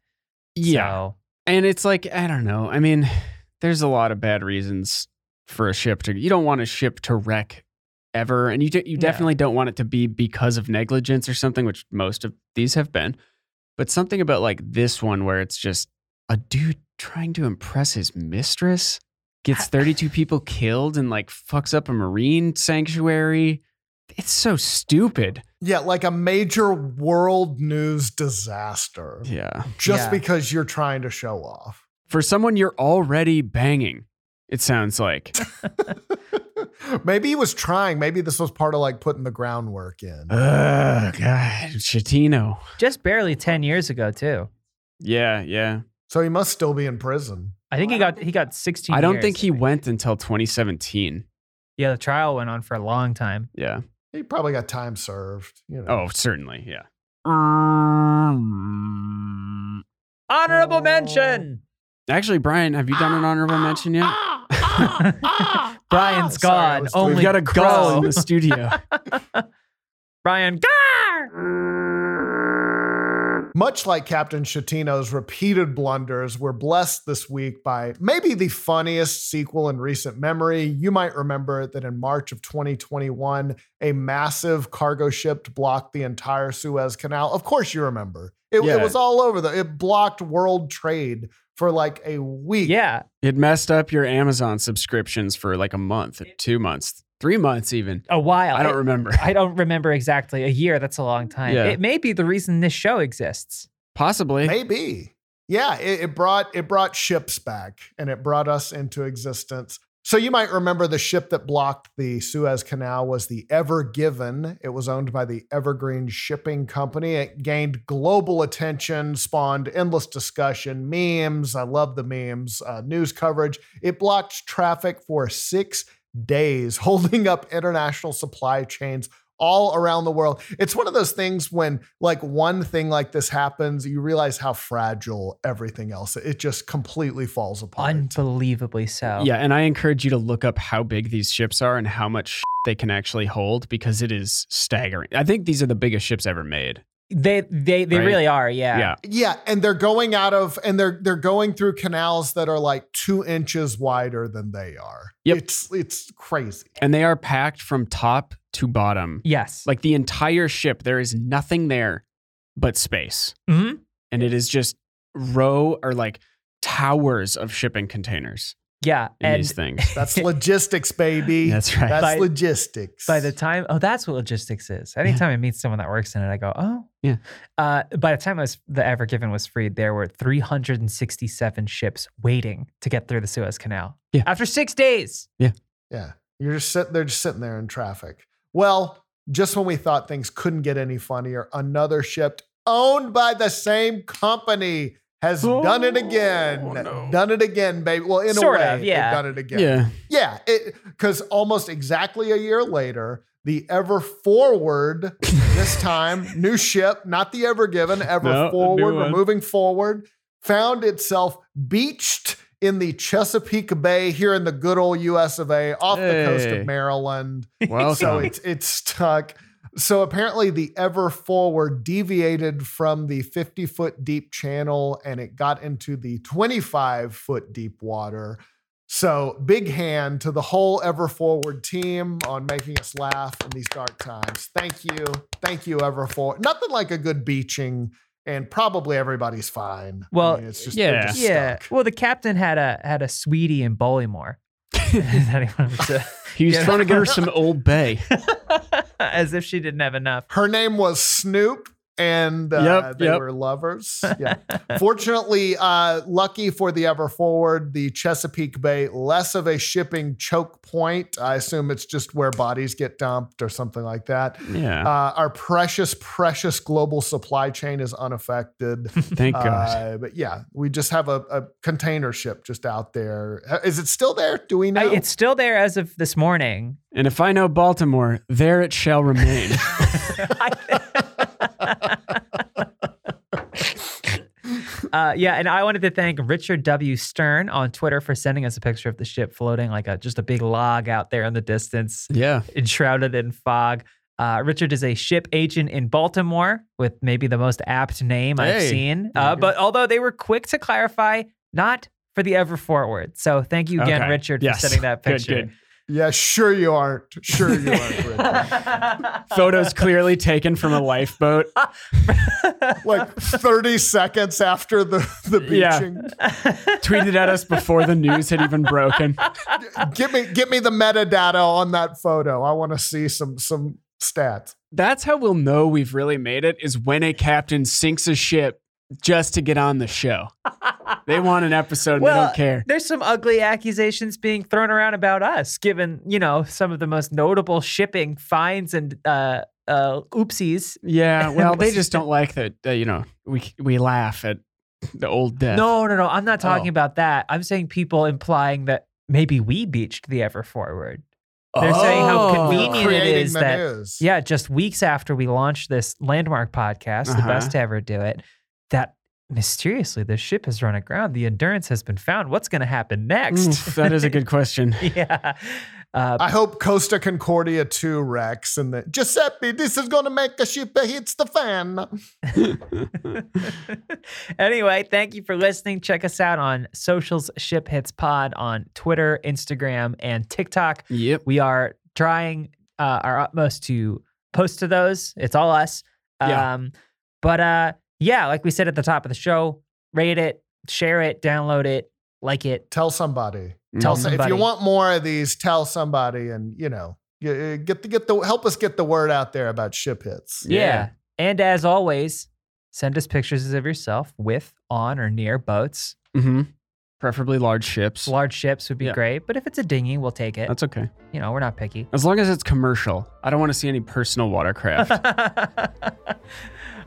[SPEAKER 1] Yeah.
[SPEAKER 2] So,
[SPEAKER 1] And it's like, I don't know. I mean, there's a lot of bad reasons for a ship to, you don't want a ship to wreck ever. And you, de- you
[SPEAKER 2] No.
[SPEAKER 1] definitely don't want it to be because of negligence or something, which most of these have been. But something about like this one where it's just a dude trying to impress his mistress gets 32 people killed and like fucks up a marine sanctuary. It's so stupid.
[SPEAKER 4] Yeah, like a major world news disaster.
[SPEAKER 1] Yeah.
[SPEAKER 4] Just
[SPEAKER 2] Yeah.
[SPEAKER 4] because you're trying to show off.
[SPEAKER 1] For someone you're already banging, it sounds like.
[SPEAKER 4] Maybe he was trying. Maybe this was part of like putting the groundwork in.
[SPEAKER 1] Uh-huh. Ugh, God, Chatino.
[SPEAKER 2] just barely 10 years ago too
[SPEAKER 1] Yeah, yeah.
[SPEAKER 4] So he must still be in prison.
[SPEAKER 2] i think he got he got 16
[SPEAKER 1] I don't
[SPEAKER 2] years,
[SPEAKER 1] think he went until 2017.
[SPEAKER 2] yeah the trial went on for a long time
[SPEAKER 1] Yeah.
[SPEAKER 4] He probably got time served. You know.
[SPEAKER 1] Oh, certainly. Yeah.
[SPEAKER 2] honorable
[SPEAKER 4] Oh.
[SPEAKER 2] mention
[SPEAKER 1] Actually, Brian, have you done an honorable mention yet?
[SPEAKER 4] Ah,
[SPEAKER 2] Brian's
[SPEAKER 4] Sorry, I
[SPEAKER 2] gone
[SPEAKER 4] was doing-
[SPEAKER 2] only
[SPEAKER 1] We've got a
[SPEAKER 2] crow.
[SPEAKER 1] gull in the studio.
[SPEAKER 2] brian Gar!
[SPEAKER 4] Much like Captain Shatino's repeated blunders, we're blessed this week by maybe the funniest sequel in recent memory. You might remember that in March of 2021, a massive cargo ship blocked the entire Suez Canal. Of course, you remember. It, it
[SPEAKER 1] Yeah.
[SPEAKER 4] was all over the. It blocked world trade for like a week.
[SPEAKER 2] yeah
[SPEAKER 1] it messed up your Amazon subscriptions for like a month, two months, three months, even.
[SPEAKER 2] a while
[SPEAKER 1] I don't
[SPEAKER 2] It-
[SPEAKER 1] remember.
[SPEAKER 2] I don't remember exactly a year that's a long time
[SPEAKER 1] Yeah.
[SPEAKER 2] it may be the reason this show exists
[SPEAKER 1] Possibly.
[SPEAKER 4] Maybe. Yeah, it, it brought it brought ships back and it brought us into existence. So you might remember the ship that blocked the Suez Canal was the Ever Given. It was owned by the Evergreen Shipping Company. It gained global attention, spawned endless discussion, memes. I love the memes, uh, news coverage. It blocked traffic for six days, holding up international supply chains all around the world. It's one of those things when like one thing like this happens, you realize how fragile everything else. It just completely falls apart.
[SPEAKER 2] unbelievably so
[SPEAKER 1] Yeah, and I encourage you to look up how big these ships are and how much they can actually hold because it is staggering. I think these are the biggest ships ever made.
[SPEAKER 2] they they they
[SPEAKER 1] Right?
[SPEAKER 2] really are yeah
[SPEAKER 1] Yeah.
[SPEAKER 4] yeah, and they're going out of and they're they're going through canals that are like two inches wider than they are.
[SPEAKER 1] Yep.
[SPEAKER 4] It's it's crazy.
[SPEAKER 1] And they are packed from top to bottom.
[SPEAKER 2] yes
[SPEAKER 1] Like the entire ship, there is nothing there but space.
[SPEAKER 2] Mhm.
[SPEAKER 1] And it is just row or like towers of shipping containers.
[SPEAKER 2] Yeah,
[SPEAKER 1] in
[SPEAKER 2] and
[SPEAKER 1] these things.
[SPEAKER 4] That's logistics, baby.
[SPEAKER 1] That's right.
[SPEAKER 4] That's
[SPEAKER 2] By-
[SPEAKER 4] logistics.
[SPEAKER 2] by the time oh that's what logistics is anytime i meet someone that works in it i go oh
[SPEAKER 1] Yeah.
[SPEAKER 2] uh, by the time I was, the ever given was freed there were 367 ships waiting to get through the suez canal
[SPEAKER 1] Yeah.
[SPEAKER 2] after six days
[SPEAKER 4] yeah, you're just sitting. They're just sitting there in traffic. Well, just when we thought things couldn't get any funnier, another ship owned by the same company has done it again. Done it again, baby. Well, in
[SPEAKER 2] Oh, Sort
[SPEAKER 4] a way,
[SPEAKER 2] of, yeah.
[SPEAKER 4] they've done it again.
[SPEAKER 1] yeah.
[SPEAKER 4] Yeah, because almost exactly a year later, the Ever Forward, this time, new ship, not the Ever Given, Ever
[SPEAKER 1] No, new
[SPEAKER 4] Forward, we're
[SPEAKER 1] one.
[SPEAKER 4] moving forward, found itself beached in the Chesapeake Bay here in the good old US of A off the coast
[SPEAKER 1] Hey.
[SPEAKER 4] of Maryland.
[SPEAKER 1] Welcome.
[SPEAKER 4] So it's it's stuck. So apparently the Ever Forward deviated from the 50 foot deep channel and it got into the 25 foot deep water. So big hand to the whole Ever Forward team on making us laugh in these dark times. Thank you. Thank you, Ever Forward. Nothing like a good beaching and probably everybody's fine.
[SPEAKER 2] Well,
[SPEAKER 4] it's just, they're
[SPEAKER 1] yeah.
[SPEAKER 4] just
[SPEAKER 2] yeah
[SPEAKER 4] stuck.
[SPEAKER 2] well the captain had a had a sweetie in Ballymore That he wanted to-
[SPEAKER 1] he was
[SPEAKER 2] Yeah.
[SPEAKER 1] trying to get her some Old Bay.
[SPEAKER 2] as if she didn't have enough
[SPEAKER 4] Her name was Snoop, and uh,
[SPEAKER 1] Yep,
[SPEAKER 4] they
[SPEAKER 1] yep.
[SPEAKER 4] were lovers. Yeah. Fortunately, uh, lucky for the Ever Forward, the Chesapeake Bay, less of a shipping choke point. I assume it's just where bodies get dumped or something like that.
[SPEAKER 1] Yeah.
[SPEAKER 4] Uh, our precious, precious global supply chain is unaffected.
[SPEAKER 1] Thank God.
[SPEAKER 4] Uh, but yeah, we just have a, a container ship just out there. Uh, Is it still there? Do we know?
[SPEAKER 2] I- it's still there as of this morning
[SPEAKER 1] And if I know Baltimore, there it shall remain.
[SPEAKER 2] Uh, yeah, and I wanted to thank Richard W. Stern on Twitter for sending us a picture of the ship floating like a just a big log out there in the distance,
[SPEAKER 1] yeah.
[SPEAKER 2] enshrouded in fog. Uh, Richard is a ship agent in Baltimore with maybe the most apt name I've
[SPEAKER 1] Hey.
[SPEAKER 2] seen. Uh, but although they were quick to clarify, not for the ever forward. So thank you again,
[SPEAKER 1] Okay.
[SPEAKER 2] Richard,
[SPEAKER 1] Yes.
[SPEAKER 2] for sending that
[SPEAKER 1] Good,
[SPEAKER 2] picture.
[SPEAKER 1] good.
[SPEAKER 4] yeah, sure you aren't. Sure you aren't. Rick.
[SPEAKER 1] Photos clearly taken from a lifeboat.
[SPEAKER 4] like 30 seconds after the, the
[SPEAKER 1] Yeah.
[SPEAKER 4] beaching.
[SPEAKER 1] tweeted at us before the news had even broken.
[SPEAKER 4] Give me give me the metadata on that photo. I want to see some some stats.
[SPEAKER 1] That's how we'll know we've really made it is when a captain sinks a ship just to get on the show. They want an episode and they
[SPEAKER 2] Well,
[SPEAKER 1] don't care.
[SPEAKER 2] There's some ugly accusations being thrown around about us, given you know some of the most notable shipping fines and uh, uh, oopsies.
[SPEAKER 1] Yeah, well, they just don't like that. Uh, you know, we we laugh at the old death.
[SPEAKER 2] No, no, no. I'm not talking
[SPEAKER 1] Oh.
[SPEAKER 2] about that. I'm saying people implying that maybe we beached the ever forward. They're saying how
[SPEAKER 1] Oh.
[SPEAKER 2] convenient it
[SPEAKER 4] Creating
[SPEAKER 2] is
[SPEAKER 4] the
[SPEAKER 2] that
[SPEAKER 4] news.
[SPEAKER 2] yeah, just weeks after we launched this landmark podcast, the
[SPEAKER 1] Uh-huh.
[SPEAKER 2] best to ever do it, that mysteriously the ship has run aground. The endurance has been found. What's going to
[SPEAKER 1] Mm.
[SPEAKER 2] happen next?
[SPEAKER 1] Oof, that is a good question.
[SPEAKER 2] yeah. Uh,
[SPEAKER 4] I hope Costa Concordia 2 wrecks and that Giuseppe, this is gonna make a ship that hits the fan.
[SPEAKER 2] anyway, thank you for listening. Check us out on socials, Ship Hits Pod on Twitter, Instagram, and TikTok.
[SPEAKER 1] Yep.
[SPEAKER 2] We are trying uh, our utmost to post to those. It's all us.
[SPEAKER 1] Yeah.
[SPEAKER 2] Um, but uh, yeah, like we said at the top of the show, rate it, share it, download it, like it.
[SPEAKER 4] Tell somebody.
[SPEAKER 2] Tell
[SPEAKER 4] Tell some- if
[SPEAKER 2] somebody.
[SPEAKER 4] you want more of these, tell somebody and you know, y- uh, get the get the help us get the word out there about ship hits.
[SPEAKER 1] Yeah.
[SPEAKER 2] And as always, send us pictures of yourself with, on, or near boats.
[SPEAKER 1] hmm
[SPEAKER 2] Mm-hmm.
[SPEAKER 1] Preferably large ships.
[SPEAKER 2] Large ships would be
[SPEAKER 1] Yeah.
[SPEAKER 2] great, but if it's a dinghy, we'll take it.
[SPEAKER 1] That's okay.
[SPEAKER 2] you know, we're not picky.
[SPEAKER 1] As long as it's commercial. I don't want to see any personal watercraft.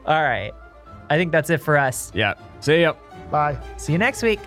[SPEAKER 2] All right. I think that's it for us.
[SPEAKER 1] yeah. See ya.
[SPEAKER 4] Bye.
[SPEAKER 2] See you next week.